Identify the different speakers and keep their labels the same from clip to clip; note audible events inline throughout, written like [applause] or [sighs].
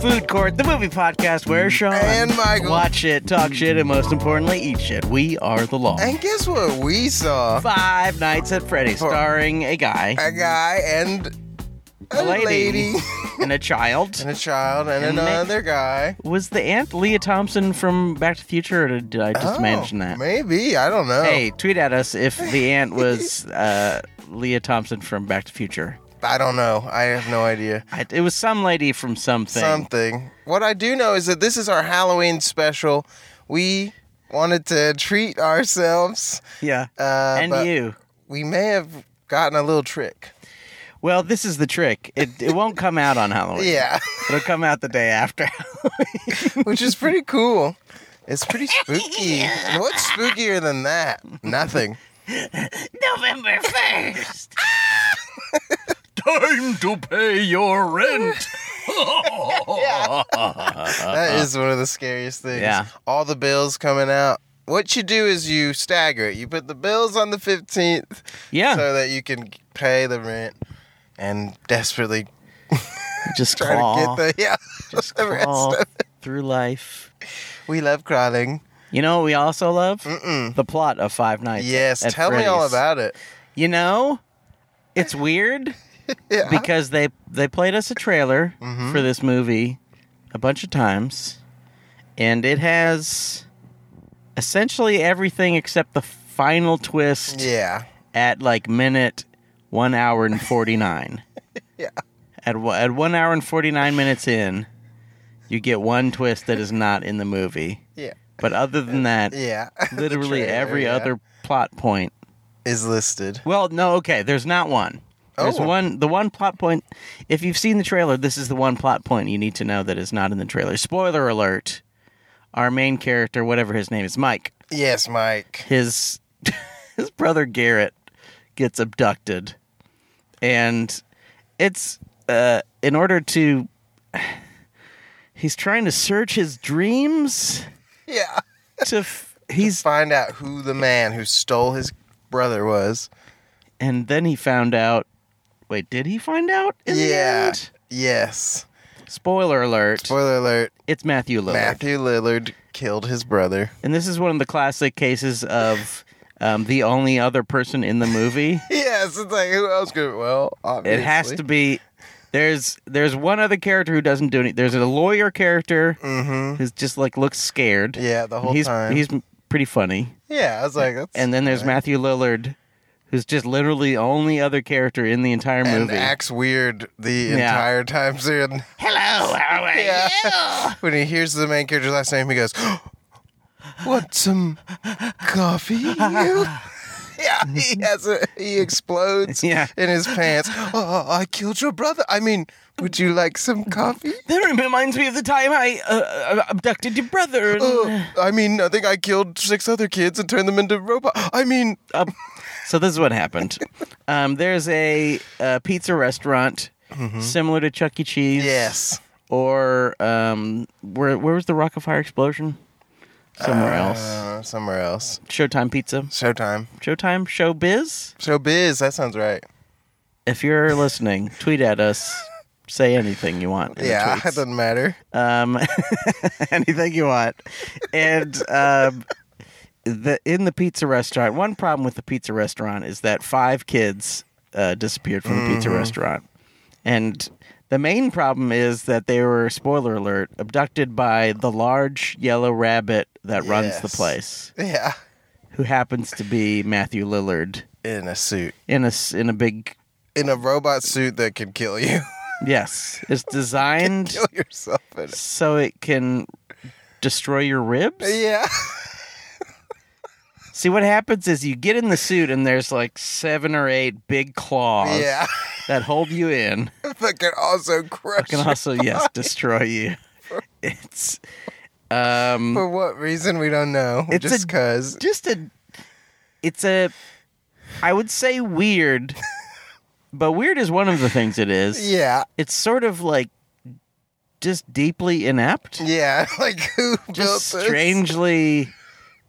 Speaker 1: Food Court, the movie podcast where Sean
Speaker 2: And Michael.
Speaker 1: watch shit, talk shit, and most importantly, eat shit. We are the law.
Speaker 2: And guess what we saw?
Speaker 1: Five Nights at Freddy's,
Speaker 2: Four.
Speaker 1: starring a guy
Speaker 2: A guy and
Speaker 1: A
Speaker 2: a
Speaker 1: lady.
Speaker 2: lady, [laughs]
Speaker 1: and a child.
Speaker 2: and a child and,
Speaker 1: And Nick.
Speaker 2: another guy.
Speaker 1: Was the aunt Leah Thompson from Back to the Future, or did I just
Speaker 2: Oh,
Speaker 1: mention that?
Speaker 2: Maybe I don't know.
Speaker 1: Hey, tweet at us if the aunt
Speaker 2: [laughs]
Speaker 1: was uh, Leah Thompson from Back to the Future.
Speaker 2: I don't know. I have no idea.
Speaker 1: I, it was some lady from something.
Speaker 2: Something. What I do know is that this is our Halloween special. We wanted to treat ourselves.
Speaker 1: Yeah.
Speaker 2: Uh,
Speaker 1: and
Speaker 2: but
Speaker 1: you.
Speaker 2: We may have gotten a little trick.
Speaker 1: Well, this is the trick. It, it won't come out on Halloween.
Speaker 2: [laughs] Yeah,
Speaker 1: It'll come out the day
Speaker 2: [laughs]
Speaker 1: after.
Speaker 2: which is pretty cool. It's
Speaker 1: [laughs]
Speaker 2: pretty spooky. And What's spookier than that? Nothing.
Speaker 1: November
Speaker 2: [laughs]
Speaker 1: 1st.
Speaker 3: Time to pay your rent.
Speaker 2: That is one of the scariest things.
Speaker 1: Uh-huh. Yeah.
Speaker 2: All the bills coming out. What you do is you stagger it. You put the bills on the 15th
Speaker 1: Yeah.
Speaker 2: so that you can pay the rent and desperately
Speaker 1: just
Speaker 2: try
Speaker 1: crawl,
Speaker 2: to get the [laughs] yeah.
Speaker 1: just
Speaker 2: the rest
Speaker 1: crawl
Speaker 2: of it.
Speaker 1: through life.
Speaker 2: We love crawling.
Speaker 1: You know what we also love? The plot of Five Nights.
Speaker 2: Yes,
Speaker 1: at
Speaker 2: tell me all
Speaker 1: Freddy's.
Speaker 2: about it. Uh-huh.
Speaker 1: You know, it's weird
Speaker 2: Yeah.
Speaker 1: because they they played us a trailer
Speaker 2: Mm-hmm.
Speaker 1: for this movie a bunch of times, and it has essentially everything except the final twist
Speaker 2: [laughs] yeah.
Speaker 1: at like minute one hour and forty nine.
Speaker 2: [laughs] Yeah.
Speaker 1: At one- at one hour and forty nine minutes in, you get one twist that is not in the movie.
Speaker 2: Yeah.
Speaker 1: But other than that,
Speaker 2: Yeah. [laughs] The
Speaker 1: literally
Speaker 2: trailer,
Speaker 1: every
Speaker 2: yeah,
Speaker 1: other plot point.
Speaker 2: is listed.
Speaker 1: Well, no, okay, there's not one. There's
Speaker 2: Oh.
Speaker 1: one. The one plot point. If you've seen the trailer, this is the one plot point you need to know that is not in the trailer. Spoiler alert: Our main character, whatever his name is, Mike,
Speaker 2: Yes, Mike.
Speaker 1: his [laughs] his brother Garrett gets abducted, and it's uh, in order to [sighs] he's trying to search his dreams
Speaker 2: Yeah.
Speaker 1: to f- he's
Speaker 2: Find out who the man who stole his brother was.
Speaker 1: and then he found out. Wait, did he find out? In The
Speaker 2: Yeah.
Speaker 1: end?
Speaker 2: Yes.
Speaker 1: Spoiler alert.
Speaker 2: Spoiler alert.
Speaker 1: it's Matthew Lillard.
Speaker 2: Matthew Lillard killed his brother.
Speaker 1: And this is one of the classic cases of um, the only other person in the movie.
Speaker 2: [laughs] Yes, it's like who else could? Well,
Speaker 1: It
Speaker 2: obviously.
Speaker 1: has to be. There's there's one other character who doesn't do any. There's a lawyer character
Speaker 2: Mm-hmm.
Speaker 1: who's just like looks scared.
Speaker 2: Yeah, the whole
Speaker 1: he's
Speaker 2: time.
Speaker 1: he's pretty funny.
Speaker 2: yeah, I was like, that's
Speaker 1: And then there's Matthew Lillard, who's just literally the only other character in the entire
Speaker 2: and
Speaker 1: movie.
Speaker 2: acts weird the
Speaker 1: Yeah.
Speaker 2: entire time they're in.
Speaker 1: Hello, how are
Speaker 2: [laughs] Yeah.
Speaker 1: you?
Speaker 2: When he hears the main character's last name, he goes, [gasps] "Want some
Speaker 1: [laughs]
Speaker 2: coffee?" [laughs] yeah, he has a he
Speaker 1: [laughs]
Speaker 2: explodes
Speaker 1: Yeah.
Speaker 2: in his pants. Oh, I killed your brother. I mean, would you like
Speaker 1: [laughs]
Speaker 2: some coffee?
Speaker 1: That reminds me of the time I uh, abducted your brother. and-
Speaker 2: Oh, I mean, I think I killed six other kids and turned them into robot. I mean,
Speaker 1: up. So this is what
Speaker 2: [laughs]
Speaker 1: happened. Um, there's a, uh pizza restaurant similar to Chuck E. Cheese.
Speaker 2: Mm-hmm. yes.
Speaker 1: Or um, where where was the Rock of Fire explosion? Somewhere else.
Speaker 2: Uh, somewhere else.
Speaker 1: Showtime Pizza.
Speaker 2: Showtime.
Speaker 1: Showtime Showbiz.
Speaker 2: Showbiz. That sounds right.
Speaker 1: If you're listening, tweet at us. Say anything you want. in the
Speaker 2: Yeah, [laughs]
Speaker 1: tweets.
Speaker 2: it doesn't matter.
Speaker 1: um, [laughs] anything you want. And um, the in the pizza restaurant, one problem with the pizza restaurant is that five kids uh, disappeared from the pizza restaurant, and the main problem is that they were spoiler alert abducted by the large yellow rabbit that runs the
Speaker 2: Yes.
Speaker 1: place,
Speaker 2: Yeah,
Speaker 1: who happens to be Matthew Lillard
Speaker 2: in a suit,
Speaker 1: in a s- in a big.
Speaker 2: in a robot suit that could kill you, [laughs]
Speaker 1: Yes, it's designed
Speaker 2: kill yourself. In it.
Speaker 1: so it can destroy your ribs.
Speaker 2: Yeah,
Speaker 1: See, what happens is you get in the suit, and there's like seven or eight big claws
Speaker 2: yeah, [laughs]
Speaker 1: that hold you in,
Speaker 2: but can also crush.
Speaker 1: can
Speaker 2: you.
Speaker 1: also, yes, destroy
Speaker 2: [laughs]
Speaker 1: you. It's um,
Speaker 2: For what reason we don't know.
Speaker 1: It's a-
Speaker 2: Just because.
Speaker 1: just a, it's a, I would say weird, but weird is one of the things it is.
Speaker 2: Yeah,
Speaker 1: It's sort of like just deeply inept,
Speaker 2: yeah. [laughs] Like who built
Speaker 1: just
Speaker 2: this?
Speaker 1: strangely.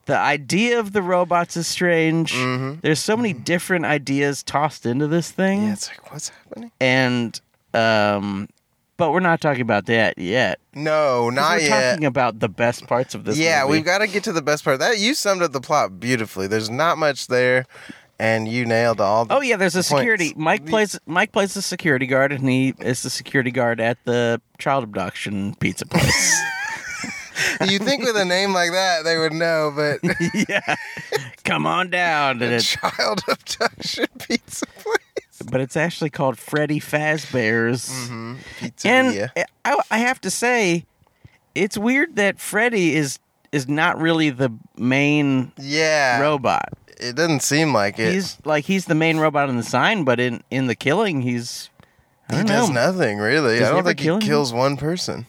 Speaker 1: The idea of the robots is strange.
Speaker 2: Mm-hmm.
Speaker 1: There's so many different ideas tossed into this thing.
Speaker 2: Yeah, it's like what's happening?
Speaker 1: and um But we're not talking about that yet.
Speaker 2: No,
Speaker 1: 'Cause
Speaker 2: not
Speaker 1: we're
Speaker 2: yet.
Speaker 1: talking about the best parts of this.
Speaker 2: Yeah,
Speaker 1: movie.
Speaker 2: we've got to get to the best part. That you summed up the plot beautifully. There's not much there, and you nailed all. The,
Speaker 1: Oh yeah, there's a
Speaker 2: points.
Speaker 1: security. Mike plays Mike plays the security guard, and he is the security guard at the child abduction pizza place.
Speaker 2: [laughs] you think with a name like that they would know,
Speaker 1: [laughs]
Speaker 2: but [laughs]
Speaker 1: yeah, come on down, and it,
Speaker 2: child abduction [laughs] pizza place.
Speaker 1: but it's actually called Freddy Fazbear's.
Speaker 2: Mm-hmm.
Speaker 1: And
Speaker 2: Pizzeria.
Speaker 1: I, I have to say, it's weird that Freddy is is not really the main
Speaker 2: yeah,
Speaker 1: robot.
Speaker 2: it doesn't seem like it.
Speaker 1: He's like he's the main robot in the sign, but in in the killing, he's I
Speaker 2: he
Speaker 1: don't
Speaker 2: does
Speaker 1: know.
Speaker 2: nothing really.
Speaker 1: Does
Speaker 2: I
Speaker 1: he
Speaker 2: don't
Speaker 1: ever
Speaker 2: think
Speaker 1: kill
Speaker 2: he
Speaker 1: him?
Speaker 2: kills one person.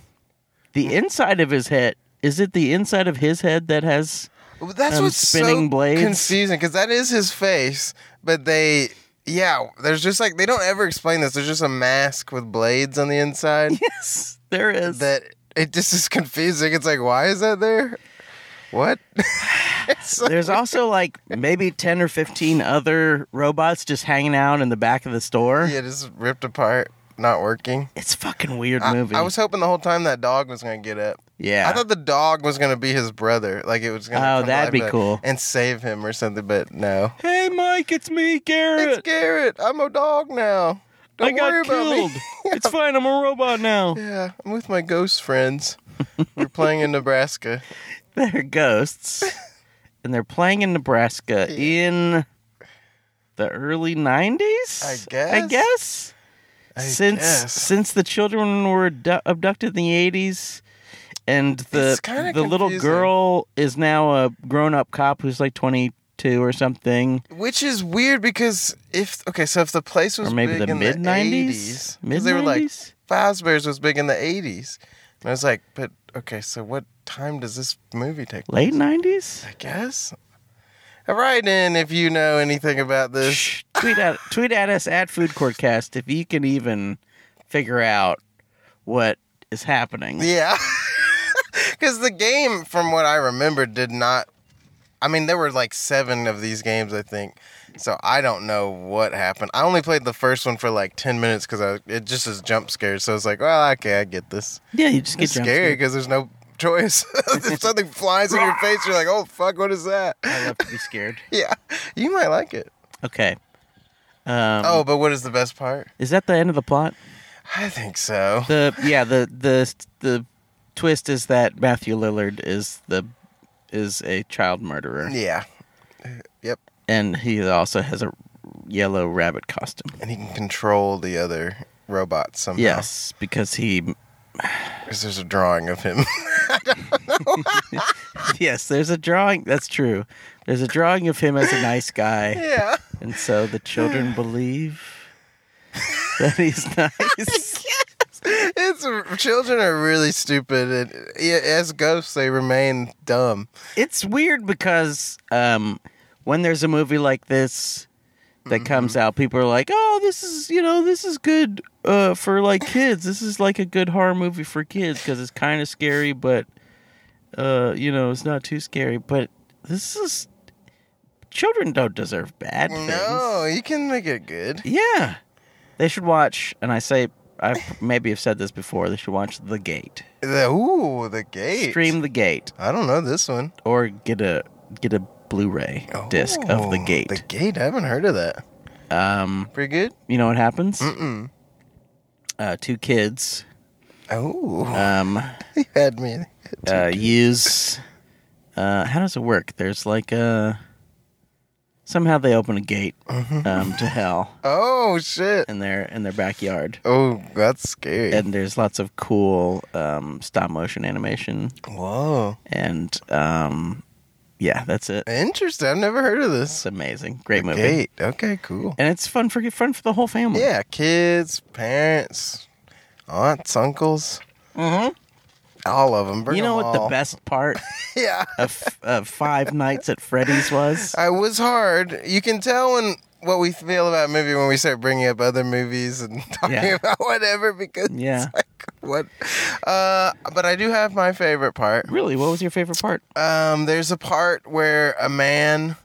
Speaker 1: The inside of his head is it the inside of his head that
Speaker 2: [laughs]
Speaker 1: has
Speaker 2: Well, That's
Speaker 1: um,
Speaker 2: what's
Speaker 1: spinning
Speaker 2: so
Speaker 1: blades.
Speaker 2: confusing because that is his face, but they, yeah, there's just like they don't ever explain this. There's just a mask with blades on the
Speaker 1: [laughs]
Speaker 2: inside
Speaker 1: yes there is
Speaker 2: that [laughs] it just is confusing. It's like, why is that there? What? [laughs] it's like,
Speaker 1: There's also like maybe 10 or 15 other robots just hanging out in the back of the store.
Speaker 2: yeah, just ripped apart, not working.
Speaker 1: It's a fucking weird
Speaker 2: I,
Speaker 1: movie.
Speaker 2: I was hoping the whole time that dog was gonna get up.
Speaker 1: yeah.
Speaker 2: I thought the dog was gonna be his brother, like it was gonna.
Speaker 1: Oh,
Speaker 2: come
Speaker 1: that'd
Speaker 2: alive
Speaker 1: be
Speaker 2: and-
Speaker 1: cool.
Speaker 2: And save him or something, but no.
Speaker 1: hey, Mike, it's me,
Speaker 2: It's
Speaker 1: Garrett.
Speaker 2: Garrett. I'm a dog now.
Speaker 1: I
Speaker 2: Don't worry
Speaker 1: got
Speaker 2: about
Speaker 1: killed.
Speaker 2: me.
Speaker 1: it's fine. I'm a robot now.
Speaker 2: [laughs] Yeah, I'm with my ghost friends.
Speaker 1: [laughs]
Speaker 2: We're playing in Nebraska.
Speaker 1: They're ghosts. and they're playing in
Speaker 2: [laughs]
Speaker 1: Nebraska in the early 90s?
Speaker 2: I
Speaker 1: I
Speaker 2: guess.
Speaker 1: guess.
Speaker 2: I
Speaker 1: since
Speaker 2: guess.
Speaker 1: since the children were abdu- abducted in the 80s and the
Speaker 2: It's kinda
Speaker 1: the little
Speaker 2: confusing.
Speaker 1: girl is now a grown-up cop who's like 22 or something
Speaker 2: which is weird because if okay, so if the place was
Speaker 1: or maybe
Speaker 2: big
Speaker 1: the
Speaker 2: in
Speaker 1: mid
Speaker 2: the 80s,
Speaker 1: 90s mid
Speaker 2: because they were like
Speaker 1: 90s
Speaker 2: Fazbear's was big in the 80s, and I was like, but okay, so what time does this movie take? place?
Speaker 1: late 90s
Speaker 2: I guess. Write in if you know anything about this.
Speaker 1: Shh. tweet at tweet at us at food courtcast if you can even figure out what is happening
Speaker 2: Yeah. [laughs] Because the game, from what I remember, did not. I mean, there were like seven of these games, I think. So I don't know what happened. I only played the first one for like 10 minutes because it just is jump scared. So it's like, well, okay, I get this.
Speaker 1: yeah you just get
Speaker 2: It's
Speaker 1: jump
Speaker 2: scary
Speaker 1: scared.
Speaker 2: because there's no choice. [laughs] if something
Speaker 1: [laughs]
Speaker 2: flies in your face, you're like, oh, fuck, what is that?
Speaker 1: i love to be scared
Speaker 2: Yeah. You might like it.
Speaker 1: okay um,
Speaker 2: Oh, but what is the best part?
Speaker 1: is that the end of the plot
Speaker 2: I think so.
Speaker 1: the yeah the the the twist is that Matthew Lillard is the is a child murderer
Speaker 2: Yeah. Yep.
Speaker 1: and he also has a yellow rabbit costume.
Speaker 2: and he can control the other robots somehow.
Speaker 1: Yes, because he
Speaker 2: 'Cause there's a drawing of him. [laughs]
Speaker 1: yes, there's a drawing that's true. There's a drawing of him as a nice guy
Speaker 2: yeah.
Speaker 1: and so the children believe that he's nice.
Speaker 2: It's children are really stupid, and yeah, as ghosts they remain dumb.
Speaker 1: It's weird because um when there's a movie like this that comes out, people are like, "Oh, this is you know this is good uh, for like kids. This is like a good horror movie for kids because it's kind of scary, but uh, you know it's not too scary. But this is children don't deserve bad things.
Speaker 2: No, you can make it good.
Speaker 1: Yeah, they should watch. And I say I maybe have said this before. They should watch The Gate.
Speaker 2: The, ooh, the gate.
Speaker 1: Stream The Gate
Speaker 2: I don't know this one.
Speaker 1: or get a get a Blu-ray disc of The
Speaker 2: Ooh,
Speaker 1: Gate.
Speaker 2: The gate. I haven't heard of that.
Speaker 1: Um,
Speaker 2: Pretty good.
Speaker 1: you know what happens?
Speaker 2: Mm.
Speaker 1: Uh, two kids.
Speaker 2: Oh,
Speaker 1: Um,
Speaker 2: [laughs] you had me.
Speaker 1: uh, use uh, how does it work? There's like a somehow they open a gate
Speaker 2: Mm-hmm.
Speaker 1: um, to hell
Speaker 2: Oh shit.
Speaker 1: in their in their backyard,
Speaker 2: Oh, that's scary.
Speaker 1: and there's lots of cool um, stop motion animation,
Speaker 2: Whoa,
Speaker 1: and um, yeah, that's it.
Speaker 2: interesting. I've never heard of this.
Speaker 1: It's amazing, great movie,
Speaker 2: Gate. Okay, cool.
Speaker 1: and it's fun for fun for the whole family.
Speaker 2: Yeah, kids, parents, aunts, uncles,
Speaker 1: Mhm.
Speaker 2: all of them. Bring
Speaker 1: You know
Speaker 2: 'em
Speaker 1: what the
Speaker 2: all.
Speaker 1: best part
Speaker 2: [laughs] Yeah,
Speaker 1: of, of Five Nights at Freddy's was?
Speaker 2: I was hard. You can tell when what we feel about a movie when we start bringing up other movies and [laughs] talking
Speaker 1: Yeah.
Speaker 2: about whatever because
Speaker 1: Yeah.
Speaker 2: it's like what. Uh, but I do have my favorite part.
Speaker 1: Really, what was your favorite part?
Speaker 2: Um, there's a part where a man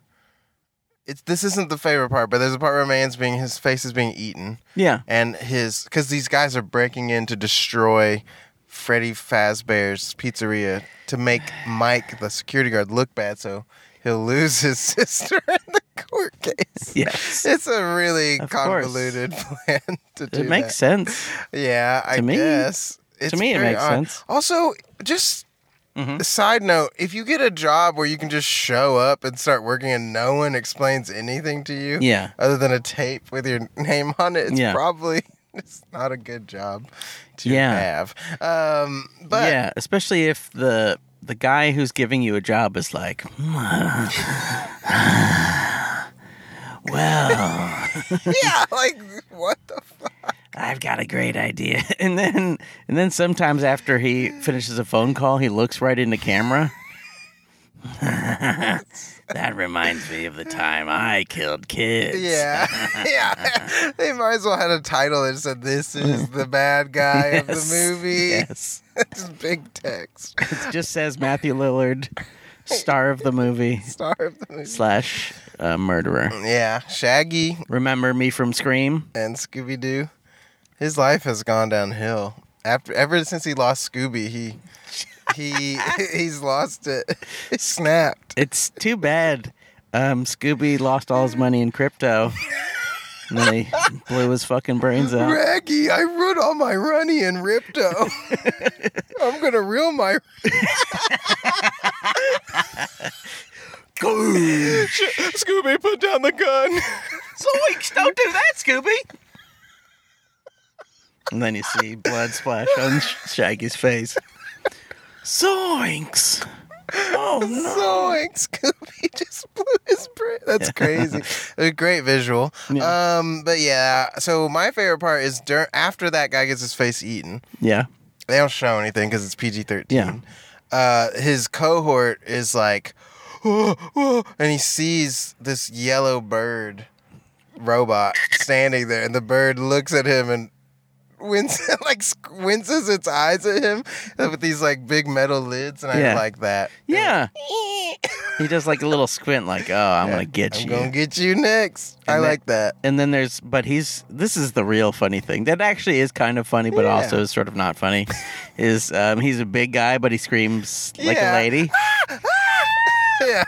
Speaker 2: it's this isn't the favorite part, but there's a part where a man's being his face is being eaten,
Speaker 1: Yeah.
Speaker 2: and his because these guys are breaking in to destroy Freddy Fazbear's pizzeria to make Mike the security guard look bad, so he'll lose his [laughs] sister in the court case.
Speaker 1: Yes.
Speaker 2: It's a really
Speaker 1: Of course.
Speaker 2: convoluted [laughs] plan to do.
Speaker 1: It makes
Speaker 2: that.
Speaker 1: sense.
Speaker 2: Yeah, I
Speaker 1: To me-
Speaker 2: guess. It's
Speaker 1: me it
Speaker 2: very
Speaker 1: makes sense.
Speaker 2: Also, just
Speaker 1: Mhm.
Speaker 2: a side note, if you get a job where you can just show up and start working and no one explains anything to you
Speaker 1: Yeah.
Speaker 2: other than a tape with your [laughs] name on it, it's
Speaker 1: Yeah.
Speaker 2: probably [laughs] it's not a good job to
Speaker 1: Yeah.
Speaker 2: have. Um but
Speaker 1: yeah, especially if the the guy who's giving you a job is like, well,
Speaker 2: [laughs] yeah, like what the fuck?
Speaker 1: I've got a great idea, [laughs] and then and then sometimes after he finishes a phone call, he looks right into camera. [laughs] that reminds me of the time I killed kids.
Speaker 2: Yeah. [laughs]
Speaker 1: [laughs]
Speaker 2: yeah. They might as well had a title that said this is the bad guy of
Speaker 1: [laughs] Yes.
Speaker 2: the movie. [laughs]
Speaker 1: Yes.
Speaker 2: It's big text. [laughs]
Speaker 1: It just says Matthew Lillard, star of the movie
Speaker 2: Star of the movie.
Speaker 1: slash uh, murderer.
Speaker 2: Yeah, Shaggy
Speaker 1: Remember me from Scream?
Speaker 2: and Scooby Doo. His life has gone downhill. After ever since he lost Scooby, he he [laughs] he's lost it. He snapped.
Speaker 1: It's too bad. Um, Scooby lost all his money in crypto. And then he blew his fucking brains out.
Speaker 2: Raggy, I root all my runny and Ripto. I'm gonna reel my [laughs] Scooby. Put down the gun.
Speaker 1: Zoinks, don't do that, Scooby! And then you see blood splash on Sh- Shaggy's face. Zoinks! Oh no! [laughs]
Speaker 2: So like Scooby [laughs] just blew his brain.
Speaker 1: [laughs]
Speaker 2: That's crazy. a great visual.
Speaker 1: Yeah.
Speaker 2: Um, but yeah. So my favorite part is dur- after that guy gets his face eaten.
Speaker 1: Yeah,
Speaker 2: They don't show anything because it's PG
Speaker 1: Yeah.
Speaker 2: thirteen. Uh, his cohort is like, [gasps] "Whoa, whoa," and he sees this yellow bird robot standing there, and the bird looks at him and. Wince, [laughs] like squ- winces its eyes at him with these like big metal lids, and I
Speaker 1: Yeah.
Speaker 2: like that. [laughs]
Speaker 1: yeah. He does like a little squint, like, "Oh, I'm gonna get
Speaker 2: I'm
Speaker 1: you."
Speaker 2: gonna get you next. I
Speaker 1: And that- [laughs]
Speaker 2: like that.
Speaker 1: and then there's but he's this is the real funny thing that actually is kind of funny but
Speaker 2: Yeah.
Speaker 1: also is sort of not funny is um, he's a big guy but he screams like a
Speaker 2: Yeah.
Speaker 1: lady
Speaker 2: yeah,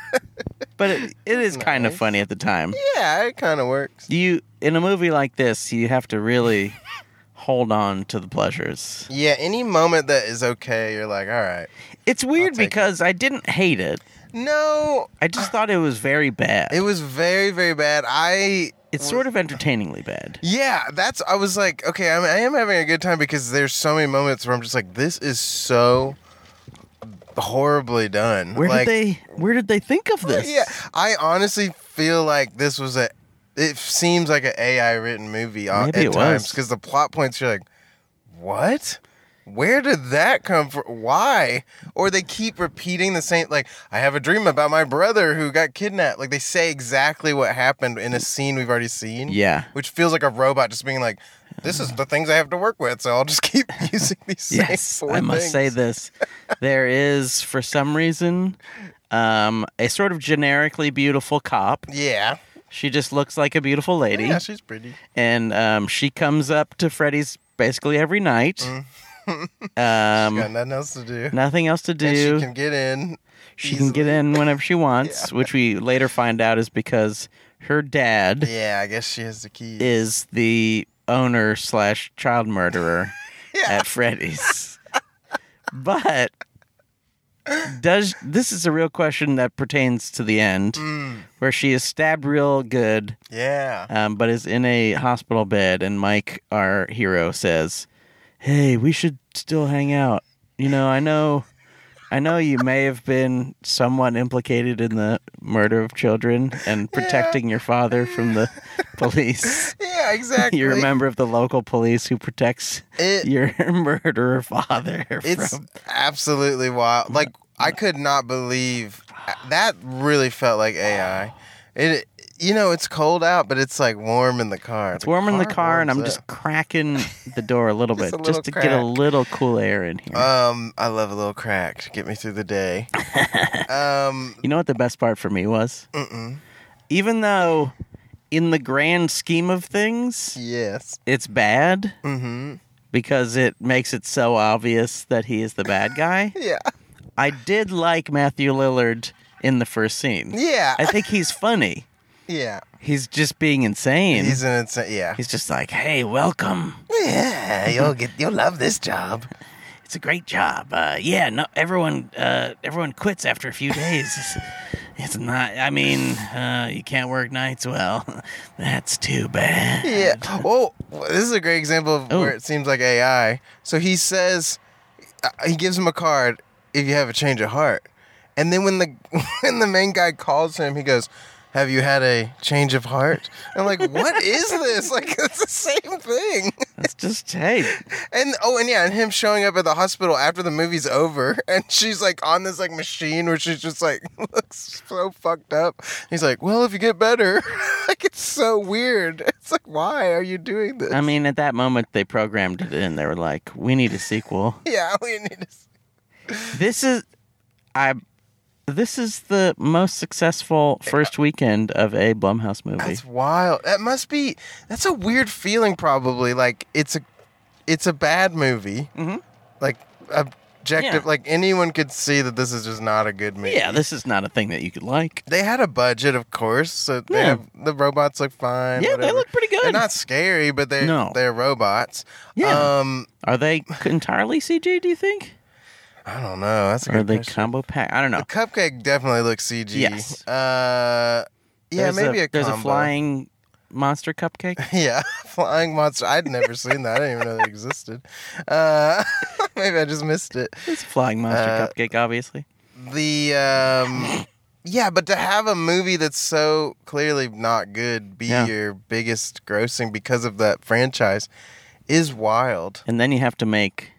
Speaker 1: but it, it
Speaker 2: [laughs]
Speaker 1: is kind of
Speaker 2: Nice.
Speaker 1: funny at the time
Speaker 2: yeah, it kind of works.
Speaker 1: do you in a movie like this you have to
Speaker 2: [laughs]
Speaker 1: really hold on to the pleasures
Speaker 2: Yeah, any moment that is okay, you're like, all right.
Speaker 1: it's weird
Speaker 2: take it.
Speaker 1: because i didn't hate it
Speaker 2: No,
Speaker 1: i just thought it was very bad
Speaker 2: it was very, very bad. I
Speaker 1: it's sort of entertainingly bad
Speaker 2: yeah, that's. I was like, okay, I'm, I am having a good time because there's so many moments where I'm just like, this is so horribly done.
Speaker 1: where did
Speaker 2: like,
Speaker 1: they where did they think of this
Speaker 2: [laughs] Yeah, I honestly feel like this was a. It seems like an AI written movie uh,
Speaker 1: Maybe
Speaker 2: at
Speaker 1: it
Speaker 2: times
Speaker 1: was.
Speaker 2: because the plot points you're like, what? Where did that come from? Why? Or they keep repeating the same. Like, I have a dream about my brother who got kidnapped. Like they say exactly what happened in a scene we've already seen.
Speaker 1: Yeah.
Speaker 2: which feels like a robot just being like, "This is the things I have to work with," so I'll just [laughs] keep using these same
Speaker 1: Yes,
Speaker 2: four
Speaker 1: I must
Speaker 2: things.
Speaker 1: say this. There is, for some reason, um, a sort of generically beautiful cop.
Speaker 2: Yeah,
Speaker 1: She just looks like a beautiful lady,
Speaker 2: yeah, she's pretty.
Speaker 1: and um, she comes up to Freddy's basically every night.
Speaker 2: Got [laughs]
Speaker 1: um,
Speaker 2: nothing else to do.
Speaker 1: nothing else to do.
Speaker 2: And she can get in.
Speaker 1: she can get in whenever she
Speaker 2: [laughs]
Speaker 1: wants, which we later find out is because her dad
Speaker 2: Yeah, I guess she has the key.
Speaker 1: is the owner slash child murderer
Speaker 2: [laughs] Yeah.
Speaker 1: at Freddy's. but does this is a real question that pertains to the end,
Speaker 2: Mm,
Speaker 1: where she is stabbed real good,
Speaker 2: yeah.
Speaker 1: um, but is in a hospital bed, and Mike, our hero, says, "Hey, we should still hang out. You know, I know." I know you may have been somewhat implicated in the murder of children and protecting your father from
Speaker 2: [laughs]
Speaker 1: the police. [laughs]
Speaker 2: Yeah, exactly.
Speaker 1: You're a member of the local police who protects
Speaker 2: It-
Speaker 1: your [laughs] murderer father.
Speaker 2: It's
Speaker 1: from-
Speaker 2: absolutely wild. Like I could not believe that really felt like AI. It you know, it's cold out, but it's like warm in the car.
Speaker 1: it's warm in the car, and I'm
Speaker 2: warms
Speaker 1: just cracking the door a little
Speaker 2: [laughs] Just
Speaker 1: bit
Speaker 2: a little
Speaker 1: just to get a
Speaker 2: crack.
Speaker 1: little cool air in here.
Speaker 2: up. um I love a
Speaker 1: [laughs]
Speaker 2: little crack to get me through the day. um
Speaker 1: you know what the best part for me was?
Speaker 2: mm-mm.
Speaker 1: even though in the grand scheme of things,
Speaker 2: Yes.
Speaker 1: it's bad
Speaker 2: Mm-hmm.
Speaker 1: because it makes it so obvious that he is the bad guy.
Speaker 2: Yeah.
Speaker 1: I did like Matthew Lillard in the first scene.
Speaker 2: Yeah.
Speaker 1: I think he's funny.
Speaker 2: yeah.
Speaker 1: He's just being insane.
Speaker 2: He's
Speaker 1: He's,
Speaker 2: an insane. Yeah.
Speaker 1: just like, hey, welcome.
Speaker 2: yeah. You'll get. You'll love this job.
Speaker 1: It's a great job. Uh, yeah, no, everyone, uh, everyone quits after a few days. [laughs] It's, it's not. I mean, uh, you can't work nights. Well, [laughs] that's too bad.
Speaker 2: Yeah. Oh, this is a great example of
Speaker 1: Oh.
Speaker 2: where it seems like AI. So he says, uh, he gives him a card if you have a change of heart, and then when the [laughs] when the main guy calls him, he goes. Have you had a change of heart? I'm like, what is this? [laughs] Like, it's the same thing.
Speaker 1: It's just hey,
Speaker 2: And oh, and yeah, and him showing up at the hospital after the movie's over, [laughs] and she's like on this like machine where she's just like [laughs] looks so fucked up. He's like, "Well, if you get better," [laughs] like it's so weird. It's like, why are you doing this?
Speaker 1: I mean, at that moment they programmed it in. They were like, "We need a sequel."
Speaker 2: [laughs] yeah, we need to. s-
Speaker 1: This is, I, this is the most successful first weekend of a Blumhouse movie.
Speaker 2: That's wild. That must be. That's a weird feeling, probably. Like it's a, it's a bad movie.
Speaker 1: Mhm.
Speaker 2: Like objective.
Speaker 1: Yeah.
Speaker 2: Like anyone could see that this is just not a good movie.
Speaker 1: yeah, this is not a thing that you could like.
Speaker 2: They had a budget, of course. So they
Speaker 1: Yeah.
Speaker 2: have, the robots look fine.
Speaker 1: Yeah, they
Speaker 2: whatever.
Speaker 1: look pretty
Speaker 2: They're
Speaker 1: good.
Speaker 2: not scary, but they
Speaker 1: No.
Speaker 2: they're robots.
Speaker 1: Yeah.
Speaker 2: Um,
Speaker 1: Are they entirely CG? Do you think?
Speaker 2: I don't know. That's a
Speaker 1: Or are
Speaker 2: good
Speaker 1: they
Speaker 2: question.
Speaker 1: combo pack? I don't know.
Speaker 2: The cupcake definitely looks CG.
Speaker 1: Yes.
Speaker 2: Uh, yeah,
Speaker 1: There's
Speaker 2: maybe a,
Speaker 1: there's a
Speaker 2: combo.
Speaker 1: flying monster cupcake.
Speaker 2: [laughs] Yeah, [laughs] flying monster. I'd never seen that. I didn't even know that existed. Uh, [laughs] maybe I just missed it.
Speaker 1: It's a flying monster
Speaker 2: Uh,
Speaker 1: cupcake, obviously.
Speaker 2: The um, yeah, but to have a movie that's so clearly not good be
Speaker 1: Yeah.
Speaker 2: your biggest grossing because of that franchise is wild.
Speaker 1: And then you have to make.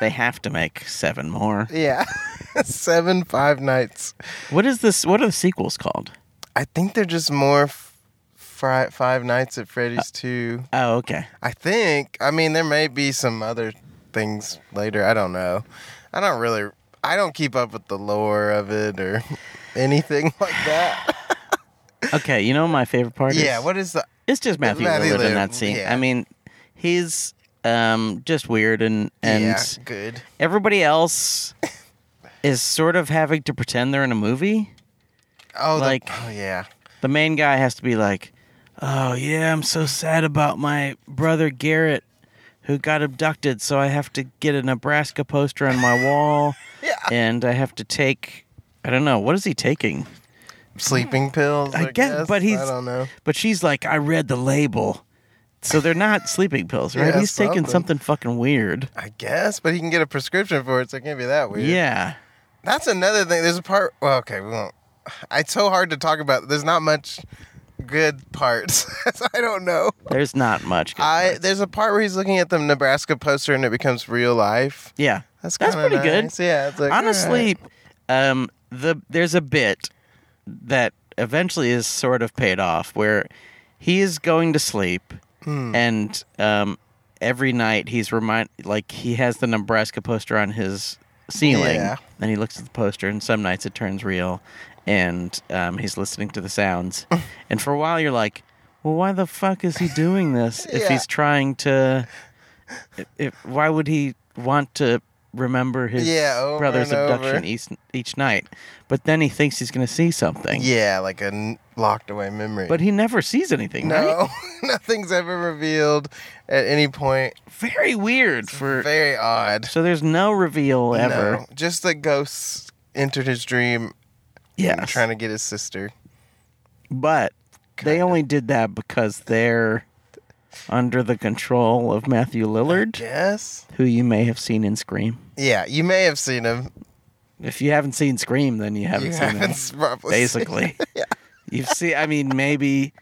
Speaker 1: They have to make seven more.
Speaker 2: Yeah, [laughs] seven five nights.
Speaker 1: What is this? What are the sequels called?
Speaker 2: I think they're just more f- fri- Five Nights at Freddy's 2.
Speaker 1: Oh, okay.
Speaker 2: I think. I mean, there may be some other things later. I don't know. I don't really. I don't keep up with the lore of it or [laughs] anything [laughs] like
Speaker 1: [laughs]
Speaker 2: that.
Speaker 1: Okay, you know what my favorite part is
Speaker 2: yeah. What is the?
Speaker 1: It's just Matthew,
Speaker 2: Matthew
Speaker 1: Lillard in
Speaker 2: Lillard,
Speaker 1: that scene.
Speaker 2: yeah.
Speaker 1: I mean, he's um, just weird, and and
Speaker 2: yeah. Good.
Speaker 1: everybody else is sort of having to pretend they're in a movie.
Speaker 2: Oh, the-
Speaker 1: like-
Speaker 2: oh yeah.
Speaker 1: The main guy has to be like, "Oh yeah, I'm so sad about my brother Garrett, who got abducted, so I have to get a Nebraska poster on my wall,
Speaker 2: [laughs] Yeah.
Speaker 1: and I have to take." I don't know. What is he taking?
Speaker 2: Sleeping pills. I,
Speaker 1: I guess, but he's-
Speaker 2: I don't know.
Speaker 1: But she's like, I read the label. So they're not sleeping pills, right?
Speaker 2: Yeah,
Speaker 1: He's taking
Speaker 2: something.
Speaker 1: something fucking weird.
Speaker 2: I guess, but he can get a prescription for it, so it can't be that weird.
Speaker 1: Yeah.
Speaker 2: That's another thing. There's a part. Well, okay, we won't. It's so hard to talk about. There's not much good parts. [laughs] I don't know.
Speaker 1: There's not much. good
Speaker 2: I
Speaker 1: parts.
Speaker 2: there's a part where he's looking at the Nebraska poster and it becomes real life.
Speaker 1: yeah.
Speaker 2: That's
Speaker 1: That's
Speaker 2: kinda
Speaker 1: pretty good.
Speaker 2: nice. Yeah. It's like,
Speaker 1: Honestly, um, the there's a bit that eventually is sort of paid off where he is going to sleep
Speaker 2: Hmm.
Speaker 1: and um, every night he's remind like he has the Nebraska poster on his ceiling
Speaker 2: Yeah.
Speaker 1: and he looks at the poster and some nights it turns real and um, he's listening to the
Speaker 2: [laughs]
Speaker 1: sounds and for a while you're like well why the fuck is he doing this if
Speaker 2: Yeah.
Speaker 1: he's trying to if, why would he want to remember his
Speaker 2: Yeah, over
Speaker 1: brother's
Speaker 2: and over.
Speaker 1: abduction each, each night? But then he thinks he's going to see something.
Speaker 2: yeah, like a n- locked away memory.
Speaker 1: But he never sees anything, right?
Speaker 2: [laughs] no, [laughs] nothing's ever revealed at any point.
Speaker 1: Very weird for
Speaker 2: Very odd.
Speaker 1: so there's no reveal ever.
Speaker 2: No, just the ghosts entered his dream.
Speaker 1: Yeah.
Speaker 2: and trying to get his sister.
Speaker 1: But they
Speaker 2: Kinda.
Speaker 1: only did that because they're under the control of Matthew Lillard,
Speaker 2: Yes.
Speaker 1: who you may have seen in Scream.
Speaker 2: Yeah, you may have seen him.
Speaker 1: If you haven't seen Scream, then you haven't
Speaker 2: you
Speaker 1: seen
Speaker 2: haven't
Speaker 1: it.
Speaker 2: s- probably seen- [laughs]
Speaker 1: basically. You've seen, I mean, maybe.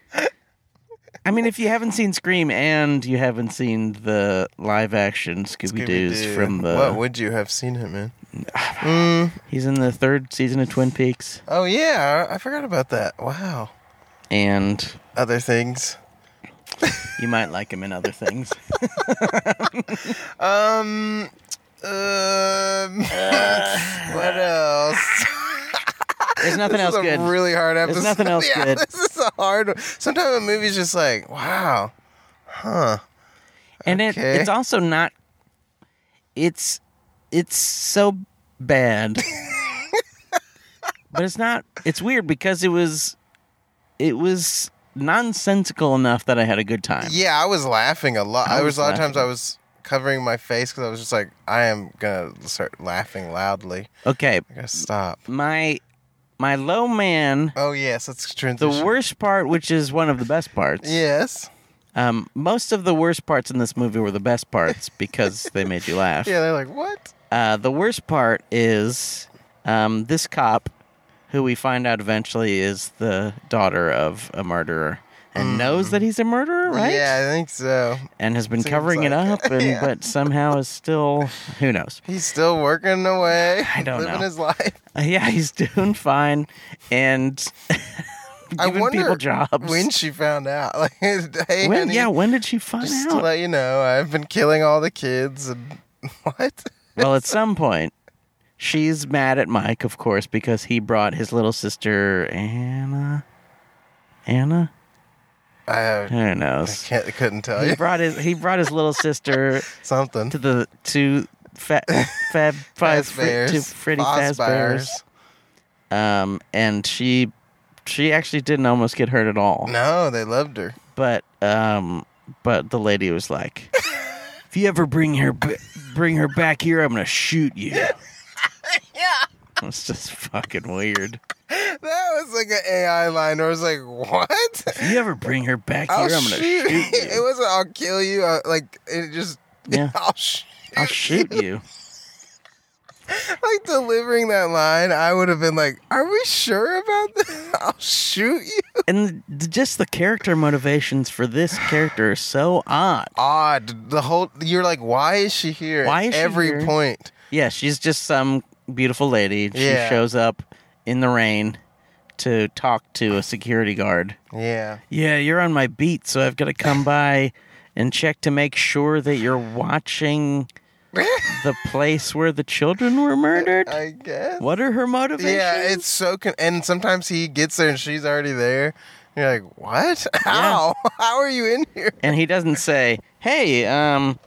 Speaker 1: I mean, if you haven't seen Scream and you haven't seen the live action Scooby Doo's
Speaker 2: Scooby-Doo.
Speaker 1: from the.
Speaker 2: What would you have seen him in? Mm,
Speaker 1: He's in the third season of Twin Peaks
Speaker 2: oh yeah, I forgot about that. Wow.
Speaker 1: and.
Speaker 2: Other things.
Speaker 1: You might like him in other things.
Speaker 2: [laughs] Um. Um. what else? [laughs]
Speaker 1: There's [laughs] nothing
Speaker 2: This
Speaker 1: else
Speaker 2: is a
Speaker 1: good.
Speaker 2: really hard episode.
Speaker 1: There's nothing else
Speaker 2: [laughs] yeah,
Speaker 1: good.
Speaker 2: This is a hard one. Sometimes a movie's just like, wow.
Speaker 1: and
Speaker 2: okay.
Speaker 1: it, it's also not. It's it's so bad, but it's not. It's weird because it was, it was nonsensical enough that I had a good time.
Speaker 2: Yeah, I was laughing a lot. I
Speaker 1: I was
Speaker 2: was, a lot of times I
Speaker 1: laughing.
Speaker 2: was covering my face because I was just like, I am gonna start laughing loudly.
Speaker 1: Okay,
Speaker 2: I gotta stop.
Speaker 1: my my low man.
Speaker 2: Oh yes, let's
Speaker 1: The
Speaker 2: transition.
Speaker 1: worst part, which is one of the best parts.
Speaker 2: Yes.
Speaker 1: Um, most of the worst parts in this movie were the best
Speaker 2: [laughs]
Speaker 1: parts because they made you laugh.
Speaker 2: Yeah, they're like, what?
Speaker 1: Uh, the worst part is um, this cop, who we find out eventually is the daughter of a murderer and knows that he's a murderer, right?
Speaker 2: Mm-hmm. Yeah, I think so.
Speaker 1: And has been
Speaker 2: Seems
Speaker 1: covering it
Speaker 2: like
Speaker 1: up,
Speaker 2: it. [laughs]
Speaker 1: and
Speaker 2: Yeah.
Speaker 1: but somehow is still who knows.
Speaker 2: He's still working away.
Speaker 1: [sighs] I don't
Speaker 2: living
Speaker 1: know.
Speaker 2: his life.
Speaker 1: Uh, yeah, [laughs] he's doing fine, and [laughs]
Speaker 2: I
Speaker 1: giving
Speaker 2: wonder
Speaker 1: people jobs.
Speaker 2: when she found out. [laughs] Like, hey,
Speaker 1: When-
Speaker 2: honey,
Speaker 1: yeah, when did she find
Speaker 2: just to
Speaker 1: out?
Speaker 2: let you know, I've been killing all the kids and [laughs] what?
Speaker 1: well, at some point, she's mad at Mike, of course, because he brought his little sister Anna. Anna, [laughs]
Speaker 2: I, uh,
Speaker 1: who
Speaker 2: I
Speaker 1: knows?
Speaker 2: can't, couldn't tell
Speaker 1: He [laughs]
Speaker 2: you
Speaker 1: brought his he brought his little sister
Speaker 2: something.
Speaker 1: to the to Fab [laughs] Fab Five Fri- to
Speaker 2: Fazbear's,
Speaker 1: Freddy
Speaker 2: Fazbear's.
Speaker 1: Fazbear's, um, and she she actually didn't almost get hurt at all.
Speaker 2: No, they
Speaker 1: [laughs]
Speaker 2: loved her.
Speaker 1: But um, but the lady was
Speaker 2: [laughs]
Speaker 1: like, "If you ever bring her b- bring her back here, I'm gonna shoot
Speaker 2: [laughs]
Speaker 1: you." yeah, it's just fucking weird.
Speaker 2: That was like an AI line where I was
Speaker 1: [laughs]
Speaker 2: like, what?
Speaker 1: If you ever bring her back
Speaker 2: I'll
Speaker 1: here, I'm gonna
Speaker 2: shoot. [laughs]
Speaker 1: shoot,
Speaker 2: It
Speaker 1: you.
Speaker 2: wasn't I'll kill you. I, like it just. [laughs]
Speaker 1: Yeah.
Speaker 2: I'll shoot.
Speaker 1: I'll shoot you.
Speaker 2: [laughs] Like delivering that line, I would have been like, "Are we sure about this? [laughs] I'll shoot you."
Speaker 1: And th- just the character motivations for this character are so odd.
Speaker 2: Odd. The whole you're like, "Why is she here?"
Speaker 1: Why
Speaker 2: at
Speaker 1: is she
Speaker 2: every
Speaker 1: here?
Speaker 2: point?
Speaker 1: Yeah, she's just some beautiful lady. She
Speaker 2: Yeah.
Speaker 1: shows up in the rain to talk to a security guard.
Speaker 2: Yeah.
Speaker 1: Yeah, you're on my beat, so I've got to come by and check to make sure that you're watching the place where the children were murdered.
Speaker 2: I guess.
Speaker 1: What are her motivations?
Speaker 2: Yeah, it's so. Con- and sometimes he gets there and she's already there. You're like, "What? [laughs] How? How are you in here?"
Speaker 1: and he doesn't say, "Hey, um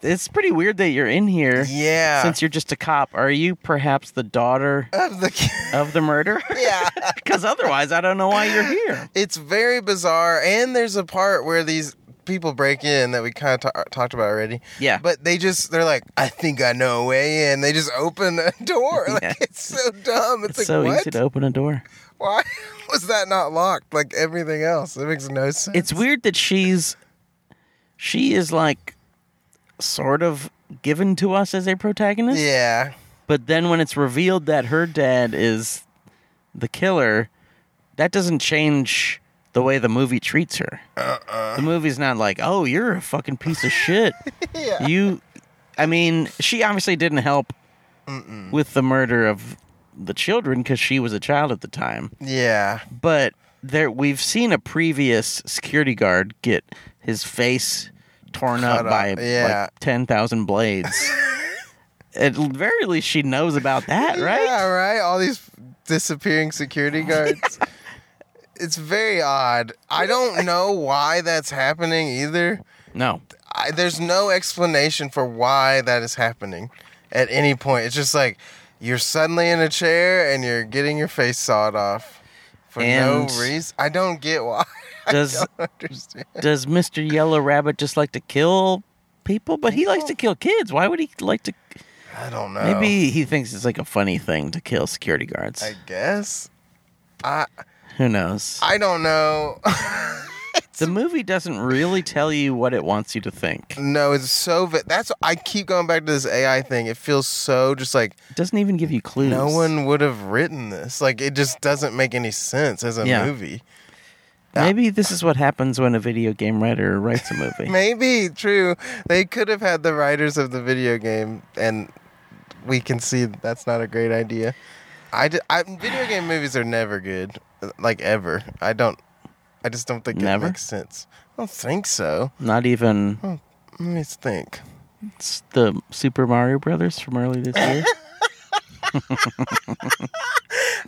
Speaker 1: it's pretty weird that you're in here
Speaker 2: Yeah.
Speaker 1: since you're just a cop. Are you perhaps the daughter
Speaker 2: of [laughs] the kid.
Speaker 1: of the murderer?"
Speaker 2: [laughs]
Speaker 1: [laughs]
Speaker 2: yeah.
Speaker 1: Cuz otherwise, I don't know why you're here.
Speaker 2: It's very bizarre, and there's a part where these people break in that we kind of ta- talked about already.
Speaker 1: Yeah.
Speaker 2: But they just they're like, I think I know a way in. They just open a [laughs] door. Like
Speaker 1: Yeah.
Speaker 2: it's so dumb. It's,
Speaker 1: It's
Speaker 2: like
Speaker 1: so
Speaker 2: what?
Speaker 1: easy to open a door.
Speaker 2: Why [laughs] was that not locked like everything else? It makes no sense.
Speaker 1: It's weird that she's she is like sort of given to us as a protagonist,
Speaker 2: yeah.
Speaker 1: but then when it's revealed that her dad is the killer, that doesn't change the way the movie treats her. Uh-uh. The movie's not like, "Oh, you're a fucking piece of shit."
Speaker 2: Yeah.
Speaker 1: You I mean, she obviously didn't help with the murder of the children cuz she was a child at the time
Speaker 2: Yeah.
Speaker 1: but there we've seen a previous security guard get his face torn
Speaker 2: Cut
Speaker 1: up by
Speaker 2: up, yeah.
Speaker 1: like 10,000 blades.
Speaker 2: [laughs]
Speaker 1: At the very least, she knows about that, right?
Speaker 2: Yeah, right? All these disappearing security guards. it's very odd. I don't know why that's happening either.
Speaker 1: No.
Speaker 2: I, there's no explanation for why that is happening at any point. It's just like you're suddenly in a chair and you're getting your face sawed off for
Speaker 1: And-
Speaker 2: no reason. I don't get why. [laughs]
Speaker 1: Does
Speaker 2: I don't understand.
Speaker 1: does Mr. Yellow Rabbit just like to kill people? But he likes to kill kids. Why would he like to?
Speaker 2: I don't know.
Speaker 1: Maybe he thinks it's like a funny thing to kill security guards.
Speaker 2: Oh. I guess. I
Speaker 1: Who knows?
Speaker 2: I don't know. [laughs]
Speaker 1: the movie doesn't really tell you what it wants you to think.
Speaker 2: no, it's so. va- That's I keep going back to this AI thing. It feels so just like
Speaker 1: It doesn't even give you clues.
Speaker 2: no one would have written this. Like it just doesn't make any sense as a
Speaker 1: Yeah.
Speaker 2: movie.
Speaker 1: Maybe this is what happens when a video game writer writes a movie.
Speaker 2: [laughs] Maybe true. They could have had the writers of the video game, and we can see that's not a great idea. I, d- I- video game movies are never good, like ever. I don't. I just don't think
Speaker 1: Never?
Speaker 2: it makes sense. I don't think so.
Speaker 1: Not even
Speaker 2: Let me think. [laughs]
Speaker 1: s- the Super Mario Brothers from earlier this year.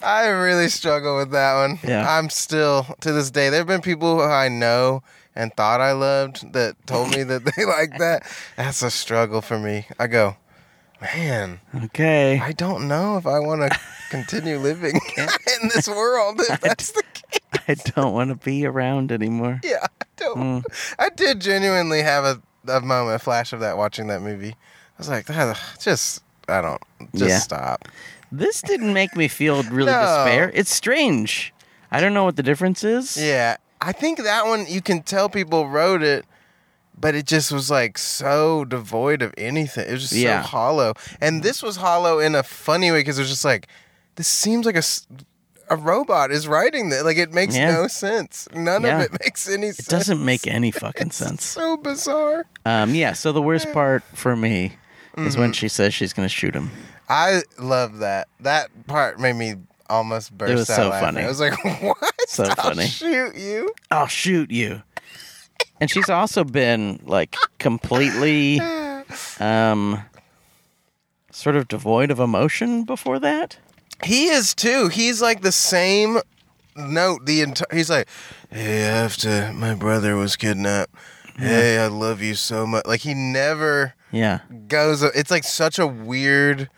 Speaker 2: I really struggle with that one.
Speaker 1: Yeah.
Speaker 2: I'm still to this day. There have been people who I know and thought I loved that told me that they [laughs] like that. That's a struggle for me. I go, man,
Speaker 1: Okay.
Speaker 2: I don't know if I want to continue living [laughs] in this world.
Speaker 1: [laughs]
Speaker 2: If that's the case,
Speaker 1: [laughs]
Speaker 2: [laughs]
Speaker 1: I don't want to be around anymore.
Speaker 2: yeah, I don't.
Speaker 1: Mm.
Speaker 2: I did genuinely have a, a moment, a flash of that watching that movie. I was like, "That- just I don't, just
Speaker 1: Yeah.
Speaker 2: stop.
Speaker 1: This didn't make me feel really
Speaker 2: No.
Speaker 1: despair. It's strange. I don't know what the difference is.
Speaker 2: Yeah, I think that one you can tell people wrote it, but it just was like so devoid of anything. It was just
Speaker 1: Yeah.
Speaker 2: so hollow, and this was hollow in a funny way because it was just like, this seems like a s- a robot is writing that. Like it makes
Speaker 1: Yeah.
Speaker 2: no sense. None
Speaker 1: Yeah.
Speaker 2: of it [laughs] makes any sense.
Speaker 1: It doesn't make any
Speaker 2: [laughs]
Speaker 1: fucking sense.
Speaker 2: So bizarre.
Speaker 1: Um, yeah, so the worst part for me is
Speaker 2: Mm-hmm.
Speaker 1: when she says she's going to shoot him.
Speaker 2: I love that. That part made me almost burst
Speaker 1: was
Speaker 2: out
Speaker 1: so
Speaker 2: laughing.
Speaker 1: funny.
Speaker 2: I was like, [laughs] "What?
Speaker 1: So
Speaker 2: I'll
Speaker 1: funny.
Speaker 2: Shoot you."
Speaker 1: I'll shoot you. And she's also been like completely um sort of devoid of emotion before that.
Speaker 2: He is too. He's like the same note the entire. He's like, hey, I have to. My brother was kidnapped. Hey, I love you so much. Like he never
Speaker 1: Yeah.
Speaker 2: goes. It's like such a weird.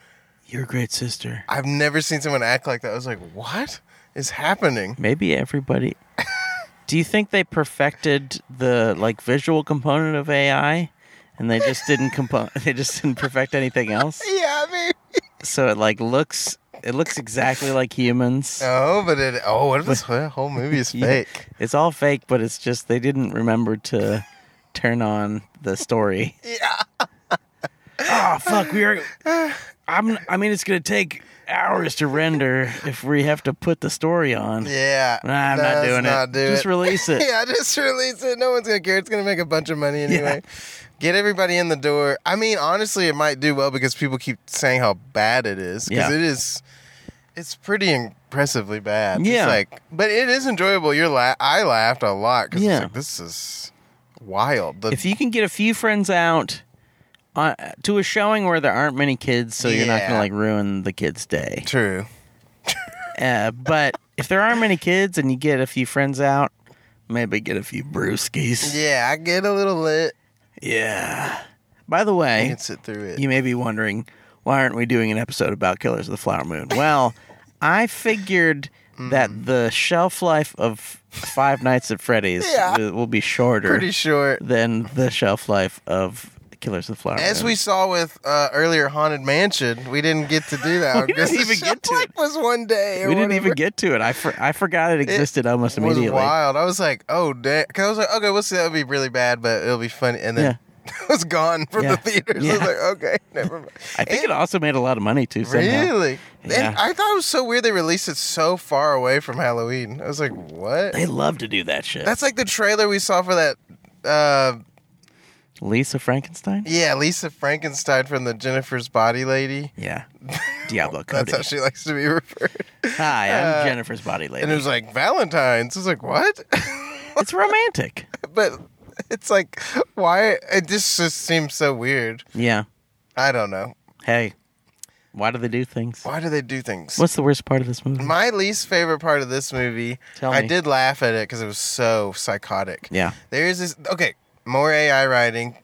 Speaker 1: Your great sister.
Speaker 2: I've never seen someone act like that. I was like, what is happening?
Speaker 1: Maybe everybody Do you think they perfected the like visual component of AI and they just didn't compo- [laughs] they just didn't perfect anything else?
Speaker 2: Yeah, I mean.
Speaker 1: So it like looks it looks exactly like humans.
Speaker 2: [laughs] Oh, but it. Oh, what if this whole whole movie [laughs] is
Speaker 1: Yeah.
Speaker 2: fake?
Speaker 1: It's all fake, but it's just they didn't remember to turn on the [laughs] story.
Speaker 2: Yeah.
Speaker 1: Oh fuck, we are. I'm. I mean, it's gonna take hours to render if we have to put the story on.
Speaker 2: Yeah.
Speaker 1: Nah, I'm
Speaker 2: No,
Speaker 1: not
Speaker 2: let's
Speaker 1: doing
Speaker 2: not
Speaker 1: it.
Speaker 2: do
Speaker 1: Just release it.
Speaker 2: [laughs] yeah, just release it. No one's gonna care. It's gonna make a bunch of money anyway. Get everybody in the door. I mean, honestly, it might do well because people keep saying how bad it is. Because
Speaker 1: Yeah.
Speaker 2: it is, it's pretty impressively bad. It's
Speaker 1: Yeah.
Speaker 2: like, but it is enjoyable. You're la- I laughed a lot because
Speaker 1: Yeah.
Speaker 2: it's like this is wild. The-
Speaker 1: If you can get a few friends out uh, to a showing where there aren't many kids, so you're not gonna
Speaker 2: Yeah.
Speaker 1: like ruin the kids' day.
Speaker 2: true.
Speaker 1: Uh, but if there aren't many kids and you get a few friends out, maybe get a few brewskis.
Speaker 2: Yeah, I get a little lit.
Speaker 1: Yeah. By the
Speaker 2: I
Speaker 1: way,
Speaker 2: can sit through it.
Speaker 1: You may be wondering, why aren't we doing an episode about Killers of the Flower Moon? Well, I figured
Speaker 2: Hmm.
Speaker 1: that the shelf life of Five Nights at Freddy's
Speaker 2: Yeah.
Speaker 1: wi- will be shorter
Speaker 2: Pretty short.
Speaker 1: than the shelf life of Killers of the Flower
Speaker 2: As
Speaker 1: Moon.
Speaker 2: we saw with uh, earlier Haunted Mansion, we didn't get to do
Speaker 1: [laughs]
Speaker 2: that.
Speaker 1: We
Speaker 2: because
Speaker 1: didn't
Speaker 2: the
Speaker 1: even get to
Speaker 2: shelf
Speaker 1: it.
Speaker 2: life Was one day. or
Speaker 1: we didn't
Speaker 2: whatever.
Speaker 1: even get to it. I, for, I forgot it existed almost immediately.
Speaker 2: was wild. I was like, oh, damn. Cause I was like, okay, we'll see. That would be really bad, but it'll be funny. And then [laughs] it was gone from
Speaker 1: Yeah.
Speaker 2: the theaters. I was
Speaker 1: Yeah.
Speaker 2: like, okay, [laughs] never mind.
Speaker 1: [laughs] I think it
Speaker 2: And-
Speaker 1: also made a lot of money too. Somehow.
Speaker 2: really.
Speaker 1: Yeah.
Speaker 2: And I thought it was so weird they released it so far away from Halloween. I was like, what?
Speaker 1: They love to do that shit.
Speaker 2: That's like the trailer we saw for that. Uh,
Speaker 1: Lisa Frankenstein.
Speaker 2: yeah, Lisa Frankenstein from the Jennifer's Body Lady.
Speaker 1: Yeah,
Speaker 2: [laughs]
Speaker 1: Diablo Cody.
Speaker 2: That's how she likes to be [laughs] referred.
Speaker 1: Hi, I'm
Speaker 2: uh,
Speaker 1: Jennifer's body lady.
Speaker 2: And it was like Valentine's. I was like, what? [laughs]
Speaker 1: it's romantic.
Speaker 2: but it's like, why? It just just seems so weird.
Speaker 1: Yeah.
Speaker 2: I don't know.
Speaker 1: Hey, why do they do things?
Speaker 2: Why do they do things?
Speaker 1: What's the worst part of this movie?
Speaker 2: My least favorite part of this movie,
Speaker 1: Tell
Speaker 2: I
Speaker 1: me.
Speaker 2: did laugh at it because it was so psychotic.
Speaker 1: Yeah.
Speaker 2: There is this, okay, more AI writing.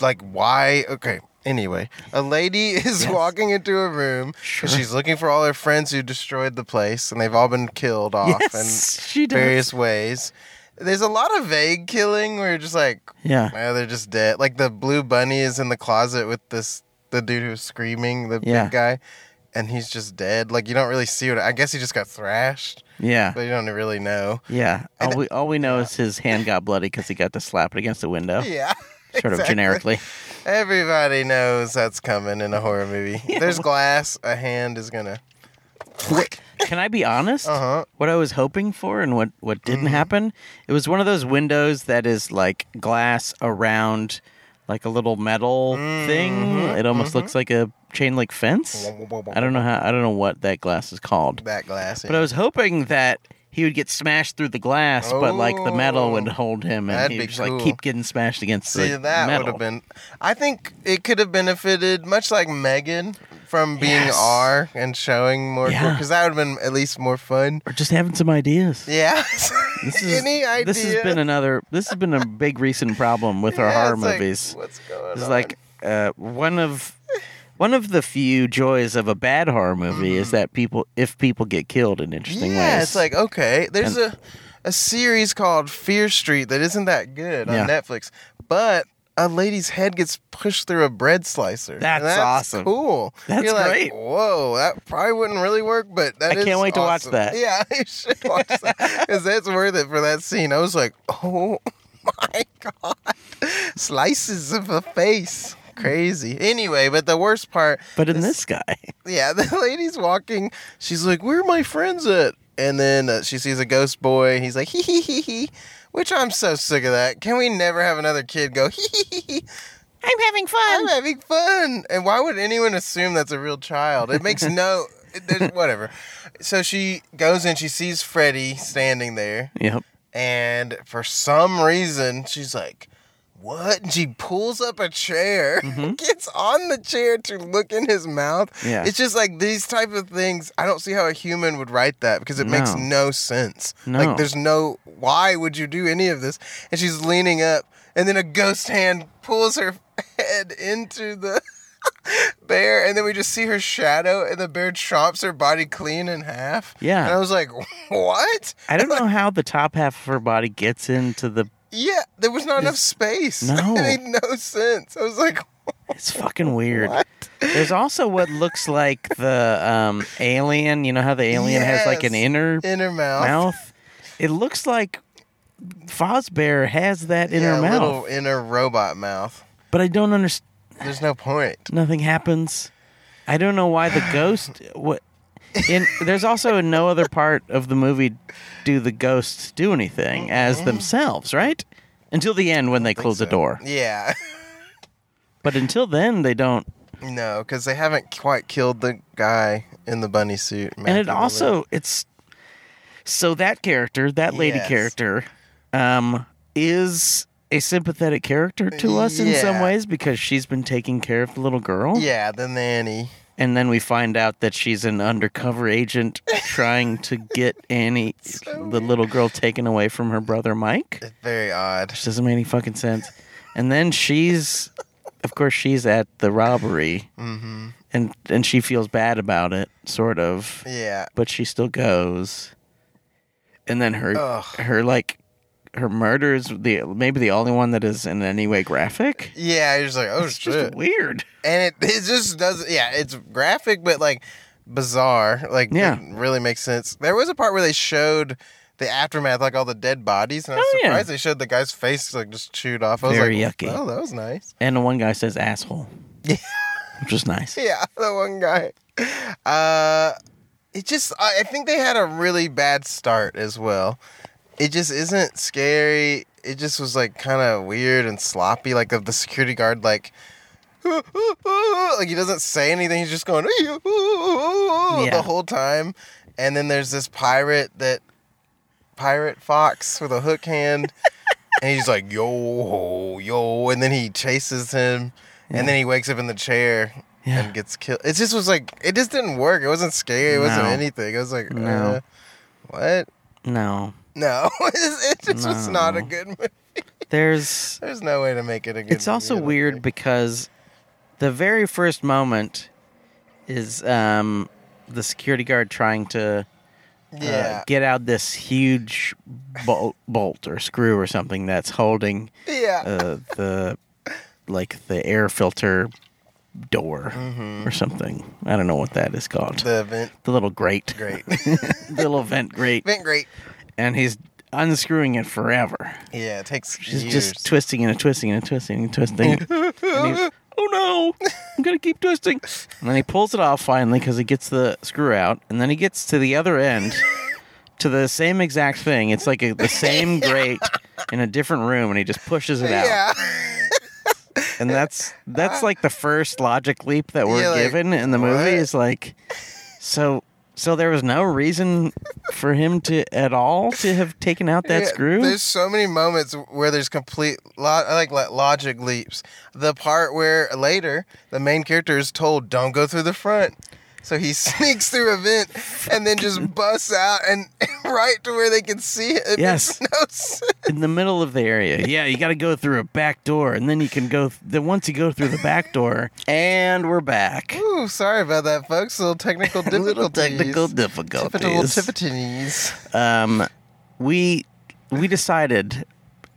Speaker 2: Like, why? Okay, anyway, a lady [laughs] is walking into a room. and
Speaker 1: Sure.
Speaker 2: She's looking for all her friends who destroyed the place, and they've all been killed off
Speaker 1: Yes, she
Speaker 2: in
Speaker 1: does.
Speaker 2: various ways. There's a lot of vague killing where you're just like,
Speaker 1: Yeah.
Speaker 2: well, they're just dead. Like the blue bunny is in the closet with this the dude who's screaming, the
Speaker 1: Yeah.
Speaker 2: big guy, and he's just dead. Like you don't really see what I guess he just got thrashed,
Speaker 1: Yeah.
Speaker 2: but you don't really know.
Speaker 1: Yeah. All
Speaker 2: and-
Speaker 1: we, all we know is his hand got bloody because he got to slap it against the window.
Speaker 2: Yeah.
Speaker 1: Sort of
Speaker 2: exactly.
Speaker 1: generically.
Speaker 2: [laughs] Everybody knows that's coming in a
Speaker 1: [laughs]
Speaker 2: horror movie. There's glass, a hand is gonna
Speaker 1: Can I be honest?
Speaker 2: Uh-huh. Mm-hmm.
Speaker 1: What I was hoping for and what, what didn't happen, it was one of those windows that is like glass around like a little metal thing.
Speaker 2: Mm-hmm,
Speaker 1: It almost looks like a chain link fence. I don't know how I don't know what that glass is called.
Speaker 2: that glass.
Speaker 1: But I was hoping that he would get smashed through the glass, but like the metal would hold him, and
Speaker 2: Oh. That'd
Speaker 1: he
Speaker 2: be
Speaker 1: would just like
Speaker 2: cool.
Speaker 1: keep getting smashed against
Speaker 2: See
Speaker 1: the
Speaker 2: that would
Speaker 1: metal.
Speaker 2: have been. I think it could have benefited much like Megan. from being
Speaker 1: Yes.
Speaker 2: R and showing more
Speaker 1: Yeah.
Speaker 2: because that would have been at least more fun.
Speaker 1: Or just having some ideas.
Speaker 2: Yeah. [laughs]
Speaker 1: This is-
Speaker 2: Any idea?
Speaker 1: This has been another. This has been a big recent problem with our
Speaker 2: [laughs] Yeah,
Speaker 1: horror
Speaker 2: it's like,
Speaker 1: movies.
Speaker 2: what's going
Speaker 1: It's
Speaker 2: on?
Speaker 1: like uh, one of one of the few joys of a bad horror movie is that people, if people get killed in interesting
Speaker 2: Mm-hmm. yeah,
Speaker 1: ways,
Speaker 2: it's like okay, there's a a series called Fear Street that isn't that good
Speaker 1: Yeah.
Speaker 2: on Netflix, but a lady's head gets pushed through a bread slicer.
Speaker 1: That's awesome.
Speaker 2: Cool.
Speaker 1: That's
Speaker 2: You're like,
Speaker 1: great.
Speaker 2: Whoa, that probably wouldn't really work, but that
Speaker 1: I can't
Speaker 2: is
Speaker 1: wait to watch
Speaker 2: awesome.
Speaker 1: that.
Speaker 2: Yeah, [laughs] you should watch that because that's worth it for that scene. I was like, [laughs] oh my god, slices of the face. Crazy. Anyway, but the worst part
Speaker 1: but in this guy,
Speaker 2: yeah, the lady's walking. She's like, "Where are my friends at?" And then uh, she sees a ghost boy. He's like, "Hee hee hee hee," which I'm so sick of that. Can we never have another kid go hee hee hee hee?
Speaker 1: I'm having
Speaker 2: [laughs] I'm having fun. And why would anyone assume that's a real child? It makes no. it- there's- whatever. So she goes in. She sees Freddy standing there,
Speaker 1: Yep.
Speaker 2: and for some reason, she's like. What? And she pulls up a chair, [laughs] gets on the chair to look in his mouth.
Speaker 1: Mm-hmm. Yeah.
Speaker 2: It's just like these type of things. I don't see how a human would write that because it makes no sense.
Speaker 1: No.
Speaker 2: Like there's no why would you do any of this? And she's leaning up, and then a ghost hand pulls her [laughs] head into the [laughs] bear, and then we just see her shadow, and the bear chomps her body clean in half.
Speaker 1: Yeah.
Speaker 2: And I was like, [laughs] what?
Speaker 1: I
Speaker 2: [laughs]
Speaker 1: don't know how the top half of her body gets into the.
Speaker 2: Yeah, there was not enough space. [laughs]
Speaker 1: No.
Speaker 2: it made no sense. I was like,
Speaker 1: It's fucking weird.
Speaker 2: what?
Speaker 1: There's also what looks like the um, alien. You know how the alien has like an
Speaker 2: Yes.
Speaker 1: inner
Speaker 2: Inner mouth.
Speaker 1: mouth. It looks like Fozbear has that
Speaker 2: Yeah,
Speaker 1: inner
Speaker 2: a
Speaker 1: mouth,
Speaker 2: Little inner robot mouth.
Speaker 1: but I don't understand.
Speaker 2: There's no point.
Speaker 1: Nothing happens. I don't know why the ghost. What? In, there's also in no other part of the movie do the ghosts do anything as
Speaker 2: Mm-hmm.
Speaker 1: themselves, right? Until the end when they close the
Speaker 2: so.
Speaker 1: door.
Speaker 2: Yeah. [laughs]
Speaker 1: But until then, they don't.
Speaker 2: No, because they haven't quite killed the guy in the bunny suit.
Speaker 1: and
Speaker 2: Matthew
Speaker 1: it
Speaker 2: Lillard.
Speaker 1: also it's so that character, that lady
Speaker 2: Yes.
Speaker 1: character, um, is a sympathetic character to us in some
Speaker 2: Yeah.
Speaker 1: ways because she's been taking care of the little girl.
Speaker 2: Yeah, the nanny.
Speaker 1: And then we find out that she's an undercover
Speaker 2: [laughs]
Speaker 1: agent trying to get Annie, the little girl, taken away from her brother Mike.
Speaker 2: It's very odd.
Speaker 1: Which doesn't make any fucking sense. And then she's, of course, she's at the robbery,
Speaker 2: hmm
Speaker 1: and and she feels bad about it, sort of
Speaker 2: Yeah.
Speaker 1: but she still goes. And then her
Speaker 2: Ugh.
Speaker 1: her like her murder is the maybe the only one that is in any way graphic.
Speaker 2: Yeah, you're just like, oh
Speaker 1: it's
Speaker 2: shit.
Speaker 1: just weird.
Speaker 2: and it, it just doesn't, yeah, it's graphic, but like bizarre. Like,
Speaker 1: Yeah.
Speaker 2: it really makes sense. There was a part where they showed the aftermath, like all the dead bodies, and I was
Speaker 1: Oh, yeah.
Speaker 2: surprised they showed the guy's face, like, just chewed off. I was
Speaker 1: Very
Speaker 2: like,
Speaker 1: yucky.
Speaker 2: oh, that was nice.
Speaker 1: And the one guy says
Speaker 2: [laughs]
Speaker 1: asshole.
Speaker 2: Yeah.
Speaker 1: Which is nice.
Speaker 2: [laughs] Yeah, the one guy. Uh, it just, I I think they had a really bad start as well. It just isn't scary. It just was like kind of weird and sloppy. Like of the security guard, like, [laughs] like he doesn't say anything. He's just going [laughs]
Speaker 1: Yeah.
Speaker 2: the whole time. And then there's this pirate that pirate fox with a hook hand. and he's like, yo, ho, yo. And then he chases him. And then he wakes up in the chair
Speaker 1: Yeah.
Speaker 2: and gets killed. It just was like, it just didn't work. It wasn't scary. It wasn't
Speaker 1: No.
Speaker 2: anything. It was like,
Speaker 1: No.
Speaker 2: uh, what?
Speaker 1: No.
Speaker 2: No. [laughs] it just was not a
Speaker 1: No.
Speaker 2: good movie.
Speaker 1: There's
Speaker 2: There's no way to make it a good
Speaker 1: it's also weird because the very first moment is um the security guard trying to uh,
Speaker 2: Yeah.
Speaker 1: get out this huge bolt, bolt or screw or something that's holding
Speaker 2: yeah.
Speaker 1: uh, the like the air filter door or something. I don't know what that is called. The,
Speaker 2: the vent
Speaker 1: little grate, [laughs]
Speaker 2: great.
Speaker 1: the little vent
Speaker 2: [laughs]
Speaker 1: grate,
Speaker 2: vent great.
Speaker 1: and he's unscrewing it forever.
Speaker 2: Yeah, it takes
Speaker 1: He's
Speaker 2: years.
Speaker 1: just twisting and a twisting and a twisting and twisting. and he- oh no, I'm gonna keep twisting. And then he pulls it off finally because he gets the screw out, and then he gets to the other end. To the same exact thing. It's like a, the same grate in a different room, and he just pushes it out.
Speaker 2: yeah.
Speaker 1: and that's that's like the first logic leap that we're
Speaker 2: Yeah, like,
Speaker 1: given in the movie
Speaker 2: what?
Speaker 1: is like so So there was no reason for him to at all to have taken out that
Speaker 2: Yeah,
Speaker 1: screw.
Speaker 2: There's so many moments where there's complete lo- like like logic leaps. The part where later the main character is told don't go through the front. So he [laughs] sneaks through a vent and then just busts out and [laughs] right to where they can see it. It
Speaker 1: Yes.
Speaker 2: makes no sense.
Speaker 1: in the middle of the area. Yeah, you got to go through a back door, and then you can go. Th- then once you go through the back door, and we're back.
Speaker 2: Ooh, sorry about that, folks. Little technical difficulties.
Speaker 1: [laughs] Little technical
Speaker 2: Typical
Speaker 1: difficulties.
Speaker 2: difficulties.
Speaker 1: Um, we we decided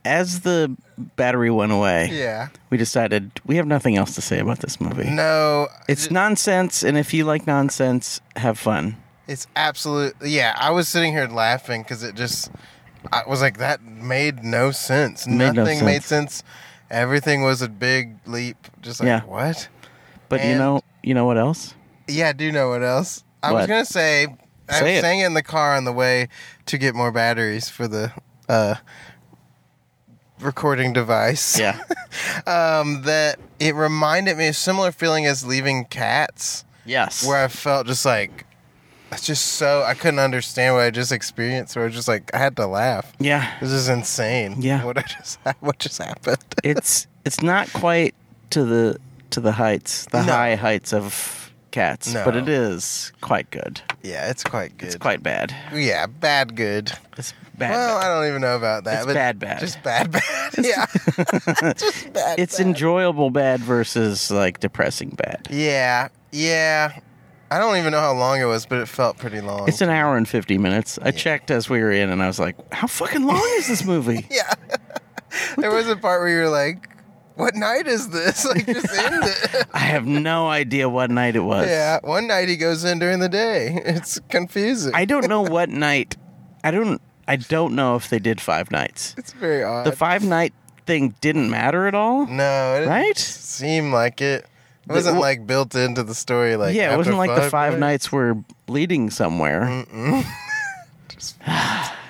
Speaker 1: as the battery went away.
Speaker 2: Yeah.
Speaker 1: We decided we have nothing else to say about this movie.
Speaker 2: No,
Speaker 1: It's
Speaker 2: j-
Speaker 1: nonsense, and if you like nonsense, have fun.
Speaker 2: It's absolute. Yeah, I was sitting here laughing because it just. I was like, that made no sense.
Speaker 1: Made no
Speaker 2: Nothing made sense. Everything was a big leap. Just like
Speaker 1: Yeah.
Speaker 2: what?
Speaker 1: But you
Speaker 2: And-
Speaker 1: know, you know what else?
Speaker 2: Yeah, I do know what else. I was
Speaker 1: What?
Speaker 2: gonna say. I
Speaker 1: Say
Speaker 2: was
Speaker 1: it.
Speaker 2: saying in the car on the way to get more batteries for the uh, recording device.
Speaker 1: Yeah,
Speaker 2: Um, that it reminded me a similar feeling as leaving cats.
Speaker 1: [laughs] yes.
Speaker 2: where I felt just like it's just so I couldn't understand what I just experienced. Where I was just like I had to laugh.
Speaker 1: yeah,
Speaker 2: This is insane.
Speaker 1: Yeah.
Speaker 2: what I just [laughs] what just happened.
Speaker 1: it's it's not quite to the to the heights, the
Speaker 2: No.
Speaker 1: high heights of cats,
Speaker 2: No.
Speaker 1: but it is quite good.
Speaker 2: [laughs] Yeah, it's quite good.
Speaker 1: It's quite bad.
Speaker 2: yeah, bad good.
Speaker 1: It's bad.
Speaker 2: well,
Speaker 1: bad.
Speaker 2: I don't even know about that.
Speaker 1: It's
Speaker 2: but
Speaker 1: bad, bad.
Speaker 2: Just
Speaker 1: [laughs]
Speaker 2: bad [laughs] bad. yeah, just bad.
Speaker 1: it's
Speaker 2: bad.
Speaker 1: enjoyable bad versus like depressing bad.
Speaker 2: Yeah, yeah. I don't even know how long it was, but it felt pretty long.
Speaker 1: It's an hour and fifty minutes. I checked as we were in, and I was like, "How fucking long is this
Speaker 2: [laughs]
Speaker 1: movie?"
Speaker 2: [laughs] yeah. there was a part where you were like, "What night is this?" [laughs] Like, just end it.
Speaker 1: I have no idea what night it was.
Speaker 2: Yeah, one night he goes in during the day. [laughs] It's confusing.
Speaker 1: I don't know what night. I don't. I don't know if they did five nights.
Speaker 2: it's very odd.
Speaker 1: The five night thing didn't matter at all.
Speaker 2: no, it didn't
Speaker 1: Right?
Speaker 2: seem like it. It wasn't
Speaker 1: wh-
Speaker 2: like built into the story. Like
Speaker 1: yeah, it wasn't
Speaker 2: after
Speaker 1: like the five
Speaker 2: nights.
Speaker 1: nights
Speaker 2: Mm.
Speaker 1: were leading somewhere.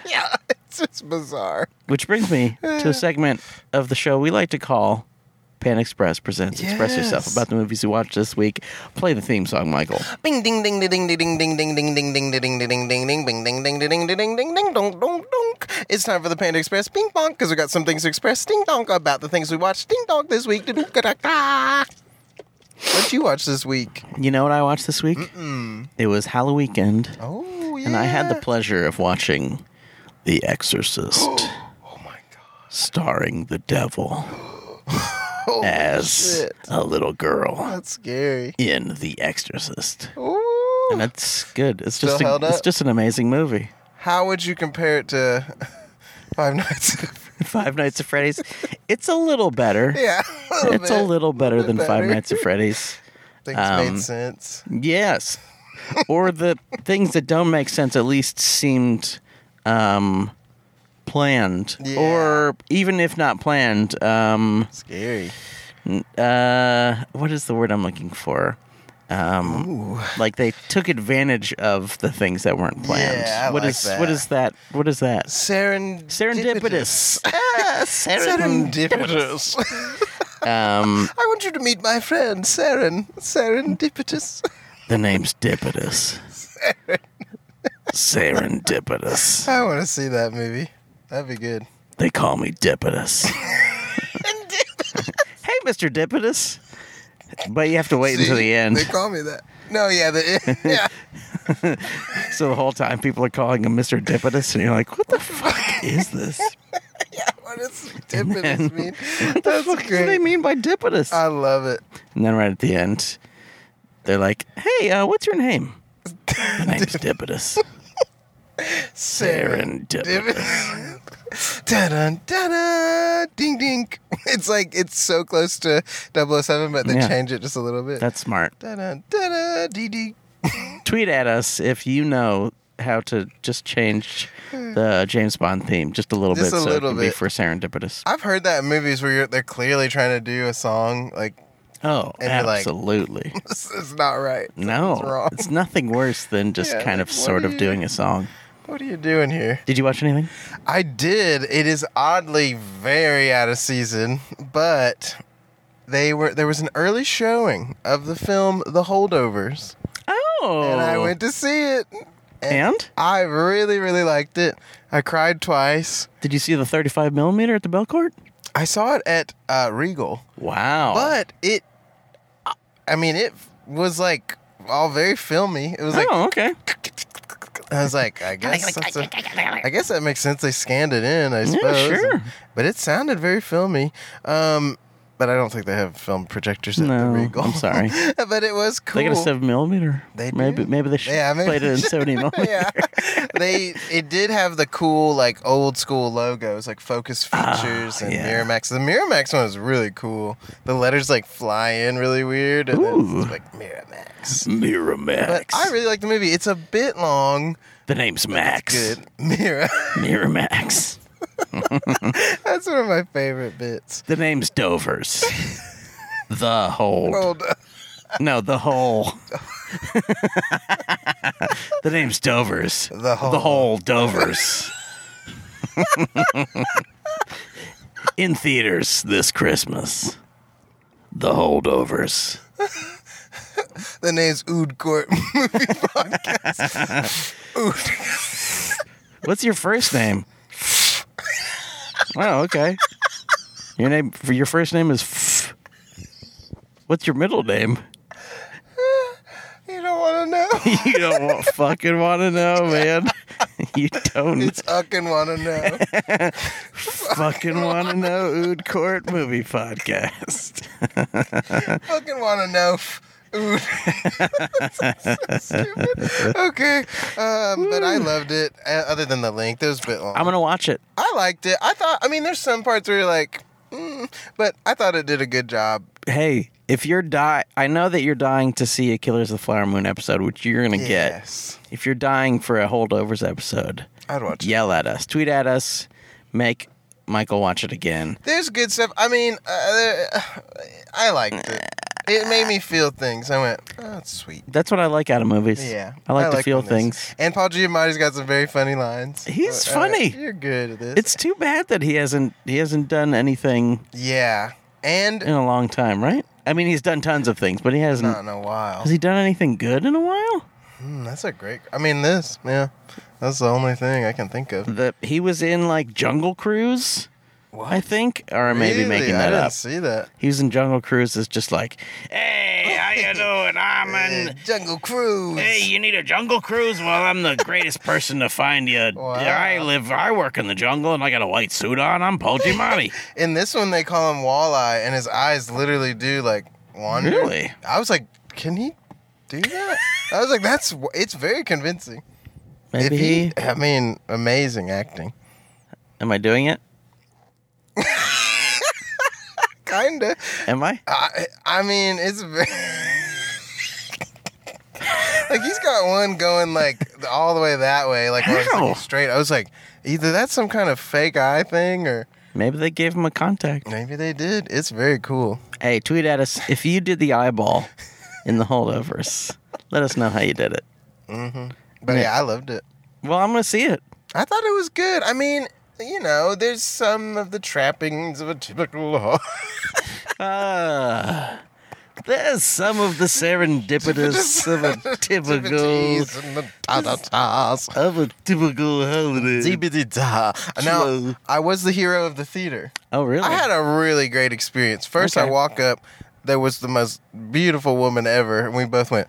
Speaker 2: Yeah, [laughs] it's just bizarre.
Speaker 1: Which brings
Speaker 2: [laughs]
Speaker 1: me to a segment of the show we like to call Pan Express Presents Express Yourself
Speaker 2: Yes.
Speaker 1: about the movies you watched this week. Play the theme song,
Speaker 2: [laughs]
Speaker 1: Michael.
Speaker 2: Bing ding ding ding ding ding ding ding ding ding ding ding ding ding ding ding bing ding ding ding ding ding ding ding dong dong donk. It's time for the Panda Express ping pong because we got some things to express. Ding dong about the things we watched. Ding dong this week. What you watch this week?
Speaker 1: You know what I watched this week? It was Halloween weekend,
Speaker 2: Oh yeah.
Speaker 1: and I had the pleasure of watching The
Speaker 2: [gasps]
Speaker 1: Exorcist, [gasps]
Speaker 2: Oh my god.
Speaker 1: starring the
Speaker 2: [laughs]
Speaker 1: devil
Speaker 2: Oh,
Speaker 1: as
Speaker 2: shit.
Speaker 1: a little girl
Speaker 2: That's scary.
Speaker 1: in The Exorcist.
Speaker 2: Ooh.
Speaker 1: And it's good. It's
Speaker 2: Still
Speaker 1: just a,
Speaker 2: held
Speaker 1: it's
Speaker 2: up?
Speaker 1: just an amazing movie. [laughs]
Speaker 2: How would you compare it to [laughs] Five Nights? at Freddy's?
Speaker 1: Five Nights at Freddy's. It's a little better.
Speaker 2: [laughs] yeah, a little
Speaker 1: it's
Speaker 2: bit.
Speaker 1: a little better than Five
Speaker 2: better. [laughs]
Speaker 1: Nights at Freddy's.
Speaker 2: Things
Speaker 1: um,
Speaker 2: made sense.
Speaker 1: Yes. or the things that don't make sense at least seemed um, planned.
Speaker 2: Yeah.
Speaker 1: Or even if not planned, um,
Speaker 2: Scary.
Speaker 1: uh, what is the word I'm looking for? Um, like they took advantage of the things that weren't planned.
Speaker 2: Yeah, I
Speaker 1: What
Speaker 2: like
Speaker 1: is-
Speaker 2: that.
Speaker 1: what is that? What is that? Serendipitous.
Speaker 2: Serendipitous.
Speaker 1: Ah,
Speaker 2: Serendipitous.
Speaker 1: Um,
Speaker 2: I want you to meet my friend, Seren. Serendipitous.
Speaker 1: the name's Dipitous. Serendipitous.
Speaker 2: I want to see that movie. That'd be good.
Speaker 1: They call me Dipitous. hey, Mr. Dipitous. But you have to wait until
Speaker 2: See,
Speaker 1: the end. [laughs]
Speaker 2: They call me that. No, yeah, [laughs] the, yeah.
Speaker 1: So the whole time people are calling him Mr. Dipitous, and you're like, what the fuck is this?
Speaker 2: What does dipitous mean?
Speaker 1: What
Speaker 2: That's
Speaker 1: the fuck do they
Speaker 2: great.
Speaker 1: mean by Dipitous?
Speaker 2: I love it.
Speaker 1: and then right at the end, they're like, hey, uh, what's your
Speaker 2: [laughs]
Speaker 1: name? The name's Dipitous.
Speaker 2: [laughs]
Speaker 1: Serendipitous.
Speaker 2: da dun da da ding ding. [laughs] It's like it's so close to 007, but they
Speaker 1: Yeah.
Speaker 2: change it just a little bit.
Speaker 1: That's smart.
Speaker 2: Da dun da da ding ding.
Speaker 1: tweet at us if you know how to just
Speaker 2: [sighs]
Speaker 1: change the James Bond theme just a little
Speaker 2: Just
Speaker 1: bit
Speaker 2: a
Speaker 1: so
Speaker 2: little
Speaker 1: it can be
Speaker 2: bit.
Speaker 1: for serendipitous.
Speaker 2: I've heard that in movies where you're, they're clearly trying to do a song like [laughs]
Speaker 1: Oh,
Speaker 2: [laughs] And you're like-
Speaker 1: absolutely.
Speaker 2: this is not right.
Speaker 1: no,
Speaker 2: wrong.
Speaker 1: it's nothing worse than just
Speaker 2: Yeah,
Speaker 1: kind
Speaker 2: like,
Speaker 1: of
Speaker 2: what
Speaker 1: sort
Speaker 2: are
Speaker 1: of
Speaker 2: you-
Speaker 1: doing a song.
Speaker 2: What are you doing here?
Speaker 1: Did you watch anything?
Speaker 2: I did. It is oddly very out of season, but they were there was an early showing of the film The Holdovers.
Speaker 1: Oh.
Speaker 2: and I went to see it.
Speaker 1: And?
Speaker 2: I really, really liked it. I cried twice.
Speaker 1: Did you see the 35 millimeter at the Bell Court?
Speaker 2: I saw it at uh, Regal,
Speaker 1: Wow.
Speaker 2: but it, I mean, it was like all very filmy. It was like
Speaker 1: oh, okay.
Speaker 2: I was like,
Speaker 1: [laughs]
Speaker 2: I guess that's a, I guess that makes sense. They scanned it in, I suppose.
Speaker 1: sure.
Speaker 2: But it sounded very filmy. Um, but I don't think they have film projectors at
Speaker 1: No,
Speaker 2: the Regal.
Speaker 1: I'm sorry.
Speaker 2: [laughs] but it was cool.
Speaker 1: They got a seven millimeter.
Speaker 2: They
Speaker 1: maybe
Speaker 2: do.
Speaker 1: maybe they should
Speaker 2: Yeah,
Speaker 1: yeah,
Speaker 2: maybe
Speaker 1: played it in
Speaker 2: [laughs] they should.
Speaker 1: seventy millimeter.
Speaker 2: yeah, they it did have the cool like old school logos like Focus Features and
Speaker 1: yeah.
Speaker 2: Miramax. The Miramax one was really cool. The letters like fly in really weird, and then
Speaker 1: Ooh.
Speaker 2: it's like Miramax.
Speaker 1: Miramax.
Speaker 2: But I really like the movie. It's a bit long.
Speaker 1: the name's Max.
Speaker 2: Good [laughs] Mira.
Speaker 1: Miramax.
Speaker 2: That's one of my favorite bits.
Speaker 1: The name's
Speaker 2: [laughs]
Speaker 1: Dovers. the whole.
Speaker 2: Hold up.
Speaker 1: No, the
Speaker 2: [laughs]
Speaker 1: whole. [laughs] the name's Dovers.
Speaker 2: The Hole.
Speaker 1: The whole
Speaker 2: [laughs]
Speaker 1: Dovers. in theaters this Christmas. The holdovers.
Speaker 2: The name's Ood Court [laughs] Movie Podcast. Ood.
Speaker 1: What's your first name? oh, okay. Your name for your first name is. F. What's your middle name? [laughs]
Speaker 2: You don't want [laughs] to know.
Speaker 1: You don't wa- fucking want to know, man. [laughs] You don't [laughs]
Speaker 2: It's Uckin want to know.
Speaker 1: fucking want to know. Ood Court movie podcast.
Speaker 2: Fucking want to know. [laughs] Ood. Stupid. Okay, um, but I loved it. Uh, other than the length, it was a bit long.
Speaker 1: I'm gonna watch it.
Speaker 2: I liked it. I thought. I mean, there's some parts where you're like, mm, but I thought it did a good job.
Speaker 1: Hey, if you're die, I know that you're dying to see a Killers of the Flower Moon episode, which you're gonna get.
Speaker 2: Yes,
Speaker 1: If you're dying for a holdovers episode,
Speaker 2: I'd watch. it.
Speaker 1: yell at us, tweet at us, make Michael watch it again.
Speaker 2: There's good stuff. I mean, uh, there- I liked it. It made me feel things. I went, oh, that's sweet.
Speaker 1: That's what I like out of movies.
Speaker 2: Yeah,
Speaker 1: I like to feel
Speaker 2: when there's-
Speaker 1: [laughs] things.
Speaker 2: And Paul Giamatti's got some very funny lines.
Speaker 1: He's
Speaker 2: Uh, uh,
Speaker 1: funny.
Speaker 2: You're good at this.
Speaker 1: It's too bad that he hasn't he hasn't done anything
Speaker 2: yeah, and
Speaker 1: in a long time, right? I mean, he's done tons of things, but he hasn't.
Speaker 2: not in a while.
Speaker 1: Has he done anything good in a while?
Speaker 2: Mm, that's a great. I mean, this. Yeah, that's the only thing I can think of.
Speaker 1: That he was in like Jungle Cruise,
Speaker 2: What?
Speaker 1: I think, or maybe
Speaker 2: Really?
Speaker 1: making
Speaker 2: I
Speaker 1: that
Speaker 2: didn't
Speaker 1: up.
Speaker 2: see that.
Speaker 1: He was in Jungle Cruise as just like, hey, how [laughs] you doing? I'm
Speaker 2: Hey,
Speaker 1: in.
Speaker 2: Jungle Cruise.
Speaker 1: Hey, you need a jungle cruise? Well, I'm the greatest person to find [laughs] you.
Speaker 2: Wow.
Speaker 1: I live, I work in the jungle, and I got a white suit on. I'm Paul [laughs] Giamatti.
Speaker 2: In this one, they call him Walleye, and his eyes literally do like wander.
Speaker 1: Really?
Speaker 2: I was like, can he do that? I was like, that's it's very convincing.
Speaker 1: Maybe
Speaker 2: if he, I mean, amazing acting.
Speaker 1: Am I doing it?
Speaker 2: Kinda.
Speaker 1: Am I?
Speaker 2: I, I mean, it's very. [laughs] like he's got one going like all the way that way, like, where it's, like,
Speaker 1: How?
Speaker 2: straight. I was like, either that's some kind of fake eye thing, or
Speaker 1: Maybe they gave him a contact.
Speaker 2: maybe they did. It's very cool.
Speaker 1: Hey, tweet at us if you did the eyeball in the holdovers. Let us know how you did it.
Speaker 2: But yeah, I loved it.
Speaker 1: Well, I'm gonna see it.
Speaker 2: I thought it was good. I mean, you know, there's some of the trappings of a typical [laughs] ho-
Speaker 1: Uh, there's some of the serendipitous of a typical
Speaker 2: activities and the ta-ta-tas.
Speaker 1: of a typical holiday.
Speaker 2: Zee-bee-dee-da. Now, I was the hero of the theater.
Speaker 1: Oh, really?
Speaker 2: I had a really great experience. First, I
Speaker 1: Okay.
Speaker 2: walk up. There was the most beautiful woman ever, and we both went.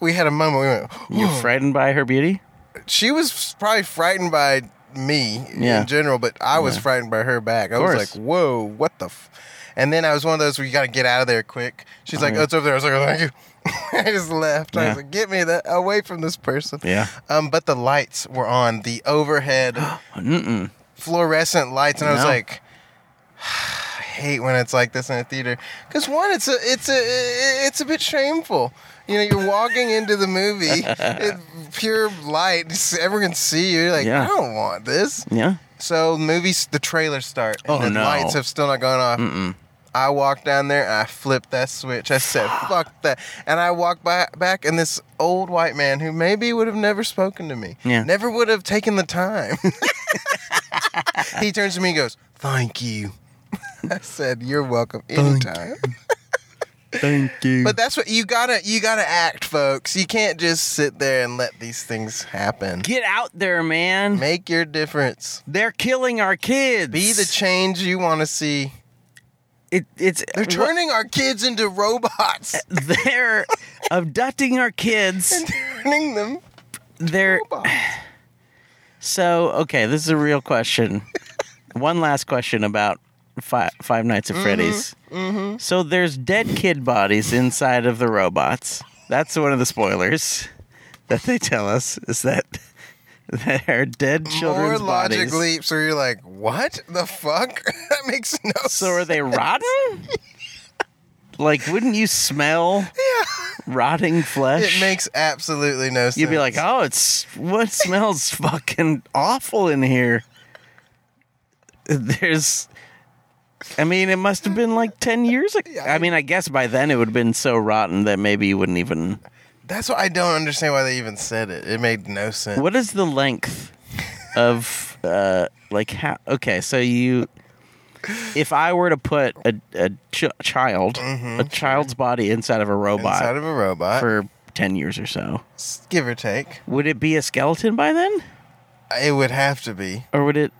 Speaker 2: We had a moment. We went. [gasps]
Speaker 1: You're
Speaker 2: "Whoa."
Speaker 1: frightened by her beauty?
Speaker 2: she was probably frightened by me
Speaker 1: Yeah.
Speaker 2: in general, but I was frightened by her back. I was
Speaker 1: course.
Speaker 2: like, "Whoa, what the?" F-? And then I was one of those where you got to get out of there quick. She's like,
Speaker 1: yeah.
Speaker 2: "Oh, it's over there." I was like, "Oh, "Thank you." [laughs] I just left. I
Speaker 1: Yeah.
Speaker 2: was like, "Get me the, away from this person."
Speaker 1: Yeah.
Speaker 2: Um, but the lights were on the
Speaker 1: [gasps]
Speaker 2: overhead
Speaker 1: Mm-mm.
Speaker 2: fluorescent lights, and I was
Speaker 1: No.
Speaker 2: like, [sighs] I hate when it's like this in a theater because one, it's a, it's a, it's a bit shameful. You know, you're walking into the movie,
Speaker 1: [laughs]
Speaker 2: it, pure light, just everyone can see you. You're like,
Speaker 1: Yeah.
Speaker 2: I don't want this.
Speaker 1: Yeah.
Speaker 2: So movies, the trailers start, and
Speaker 1: Oh,
Speaker 2: the
Speaker 1: no.
Speaker 2: lights have still not gone off. I walked down there, I flipped that switch.
Speaker 1: [sighs]
Speaker 2: I said, "Fuck that!" And I walked by, back, and this old white man who maybe would have never spoken to me,
Speaker 1: Yeah.
Speaker 2: never would have taken the time. [laughs] he turns [laughs] to me and goes, "Thank you." I said, "You're welcome anytime."
Speaker 1: Thank you.
Speaker 2: But that's what you gotta you gotta act, folks. You can't just sit there and let these things happen.
Speaker 1: Get out there, man.
Speaker 2: Make your difference.
Speaker 1: They're killing our kids.
Speaker 2: Be the change you want to see.
Speaker 1: it, it's
Speaker 2: They're turning our kids into robots.
Speaker 1: Eh. they're abducting our kids.
Speaker 2: [laughs] turning them.
Speaker 1: They're so okay. This is a real question. One last question about Five, Five Nights
Speaker 2: Mm-hmm.
Speaker 1: at Freddy's. So there's dead kid bodies inside of the robots. That's one of the spoilers that they tell us is that there are dead
Speaker 2: More
Speaker 1: [sighs] children's
Speaker 2: logic
Speaker 1: bodies.
Speaker 2: leaps where you're like, what the fuck? [laughs] that makes no
Speaker 1: [laughs] So are
Speaker 2: sense.
Speaker 1: they rotten?
Speaker 2: [laughs]
Speaker 1: like, wouldn't you smell rotting flesh?
Speaker 2: It makes absolutely no sense.
Speaker 1: You'd be like, oh, it's what [laughs] smells fucking awful in here. There's, I mean, it must have been like ten years ago. I mean, I guess by then it would have been so rotten that maybe you wouldn't even.
Speaker 2: That's why I don't understand why they even said it. It made no sense.
Speaker 1: What is the length of uh like how? Okay, so you, if I were to put a a ch- child, a child's body inside of a robot
Speaker 2: Mm-hmm. Inside of a robot,
Speaker 1: for ten years or so,
Speaker 2: give or take,
Speaker 1: would it be a skeleton by then,
Speaker 2: it would have to be.
Speaker 1: or would it?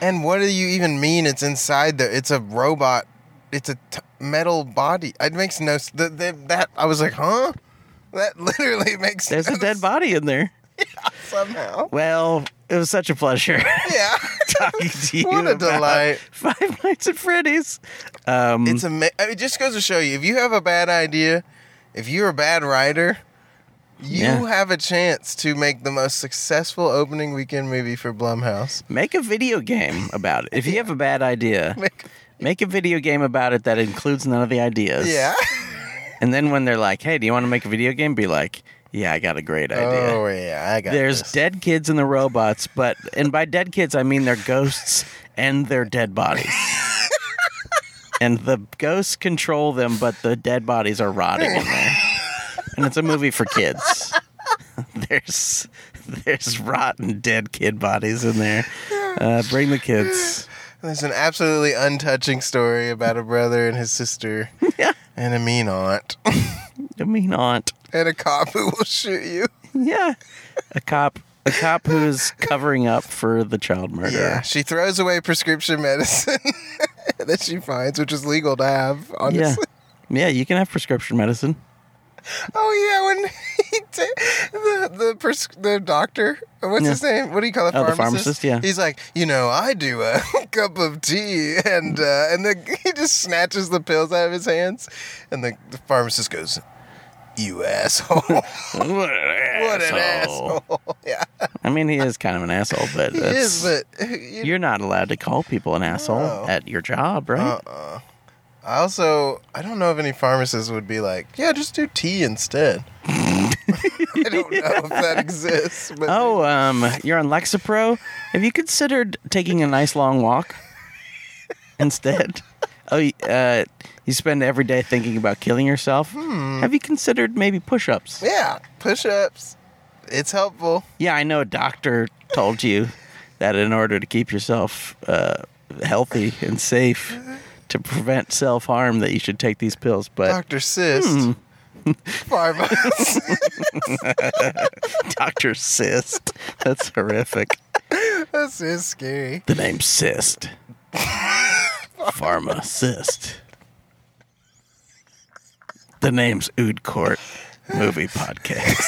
Speaker 2: And what do you even mean? It's inside the. It's a robot. It's a t- metal body. It makes no. s- Th- th- that I was like, huh? That [laughs] literally makes.
Speaker 1: There's
Speaker 2: no
Speaker 1: a dead
Speaker 2: sense
Speaker 1: body in there.
Speaker 2: somehow.
Speaker 1: Well, it was such a
Speaker 2: [laughs]
Speaker 1: pleasure [laughs]
Speaker 2: Yeah.
Speaker 1: talking to you.
Speaker 2: [laughs] What a
Speaker 1: about
Speaker 2: delight.
Speaker 1: Five Nights at Freddy's. Um,
Speaker 2: It's ama- I mean, it just goes to show you if you have a bad idea, if you're a bad writer, you
Speaker 1: Yeah.
Speaker 2: have a chance to make the most successful opening weekend movie for Blumhouse. [laughs]
Speaker 1: make a video game about it. If you have a bad idea, make a video game about it that includes none of the ideas.
Speaker 2: Yeah.
Speaker 1: And then when they're like, hey, do you want to make a video game? Be like, yeah, I got a great idea.
Speaker 2: Oh yeah, I got
Speaker 1: There's
Speaker 2: this.
Speaker 1: dead kids in the robots, but and by dead kids I mean they're ghosts and their dead bodies.
Speaker 2: [laughs]
Speaker 1: and the ghosts control them, but the dead bodies are rotting in there. And it's a movie for kids. [laughs] there's there's rotten dead kid bodies in there. Uh, bring the kids.
Speaker 2: There's an absolutely untouching story about a brother and his sister
Speaker 1: [laughs] yeah,
Speaker 2: and a mean aunt [laughs]
Speaker 1: I mean aunt.
Speaker 2: and a cop who will shoot you.
Speaker 1: Yeah, a cop. A cop who's covering up for the child murder.
Speaker 2: Yeah. She throws away prescription medicine [laughs] that she finds, which is legal to have, honestly.
Speaker 1: yeah, yeah. You can have prescription medicine.
Speaker 2: Oh yeah, when [laughs] he ta- the the pres- the doctor, what's
Speaker 1: Yeah.
Speaker 2: his name? What do you call it?
Speaker 1: Oh, the pharmacist, yeah.
Speaker 2: He's like, you know, I do a [laughs] cup of tea, and uh, and then [laughs] he just snatches the pills out of his hands, and the, the pharmacist goes, "You asshole! [laughs] what
Speaker 1: What an
Speaker 2: an asshole! yeah,
Speaker 1: I mean, he is kind of an
Speaker 2: [laughs]
Speaker 1: asshole, but
Speaker 2: he
Speaker 1: that's-
Speaker 2: is, but [laughs] you
Speaker 1: you're not allowed to call people an asshole
Speaker 2: No. Uh-uh.
Speaker 1: at your job, right?
Speaker 2: I also I don't know if any pharmacists would be like, yeah, just do tea instead. [laughs] I don't know
Speaker 1: [laughs]
Speaker 2: if that exists, but
Speaker 1: oh, um, you're on Lexapro. Have you considered taking a nice long
Speaker 2: [laughs]
Speaker 1: walk instead? Oh, y- uh, you spend every day thinking about killing yourself.
Speaker 2: Hmm.
Speaker 1: Have you considered maybe push-ups?
Speaker 2: Yeah, push ups. It's helpful.
Speaker 1: Yeah, I know a doctor told you that in order to keep yourself uh, healthy and safe
Speaker 2: Uh-huh.
Speaker 1: to prevent self-harm, that you should take these pills. But
Speaker 2: Dr. Cyst.
Speaker 1: Hmm.
Speaker 2: [laughs] Five months.
Speaker 1: Dr. Cyst. That's horrific.
Speaker 2: [laughs] this is scary.
Speaker 1: The name Cyst. Pharmacist. The name's Ood Court Movie Podcast.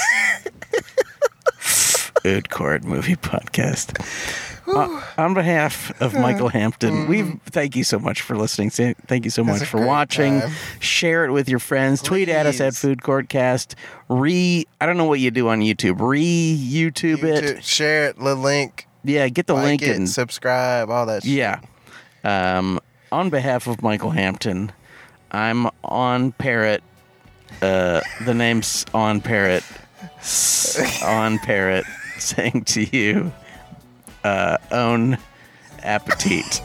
Speaker 1: Ood Court Movie Podcast. On- on behalf of Michael Hampton, we thank you so much for listening. Sa- Thank you so
Speaker 2: That's
Speaker 1: much
Speaker 2: Mm. a
Speaker 1: for
Speaker 2: great
Speaker 1: watching.
Speaker 2: time.
Speaker 1: Share it with your friends. Tweet at us at
Speaker 2: Please.
Speaker 1: Food Court Cast. Re, I don't know what you do on YouTube. Re YouTube
Speaker 2: You
Speaker 1: it.
Speaker 2: too. Share it, the link,
Speaker 1: Yeah, get the
Speaker 2: like
Speaker 1: link
Speaker 2: it,
Speaker 1: and
Speaker 2: subscribe, all that shit.
Speaker 1: yeah. Um, on behalf of Michael Hampton, I'm on Parrot. Uh, the name's on
Speaker 2: [laughs]
Speaker 1: Parrot. S- on Parrot, saying to you, uh, own appetite.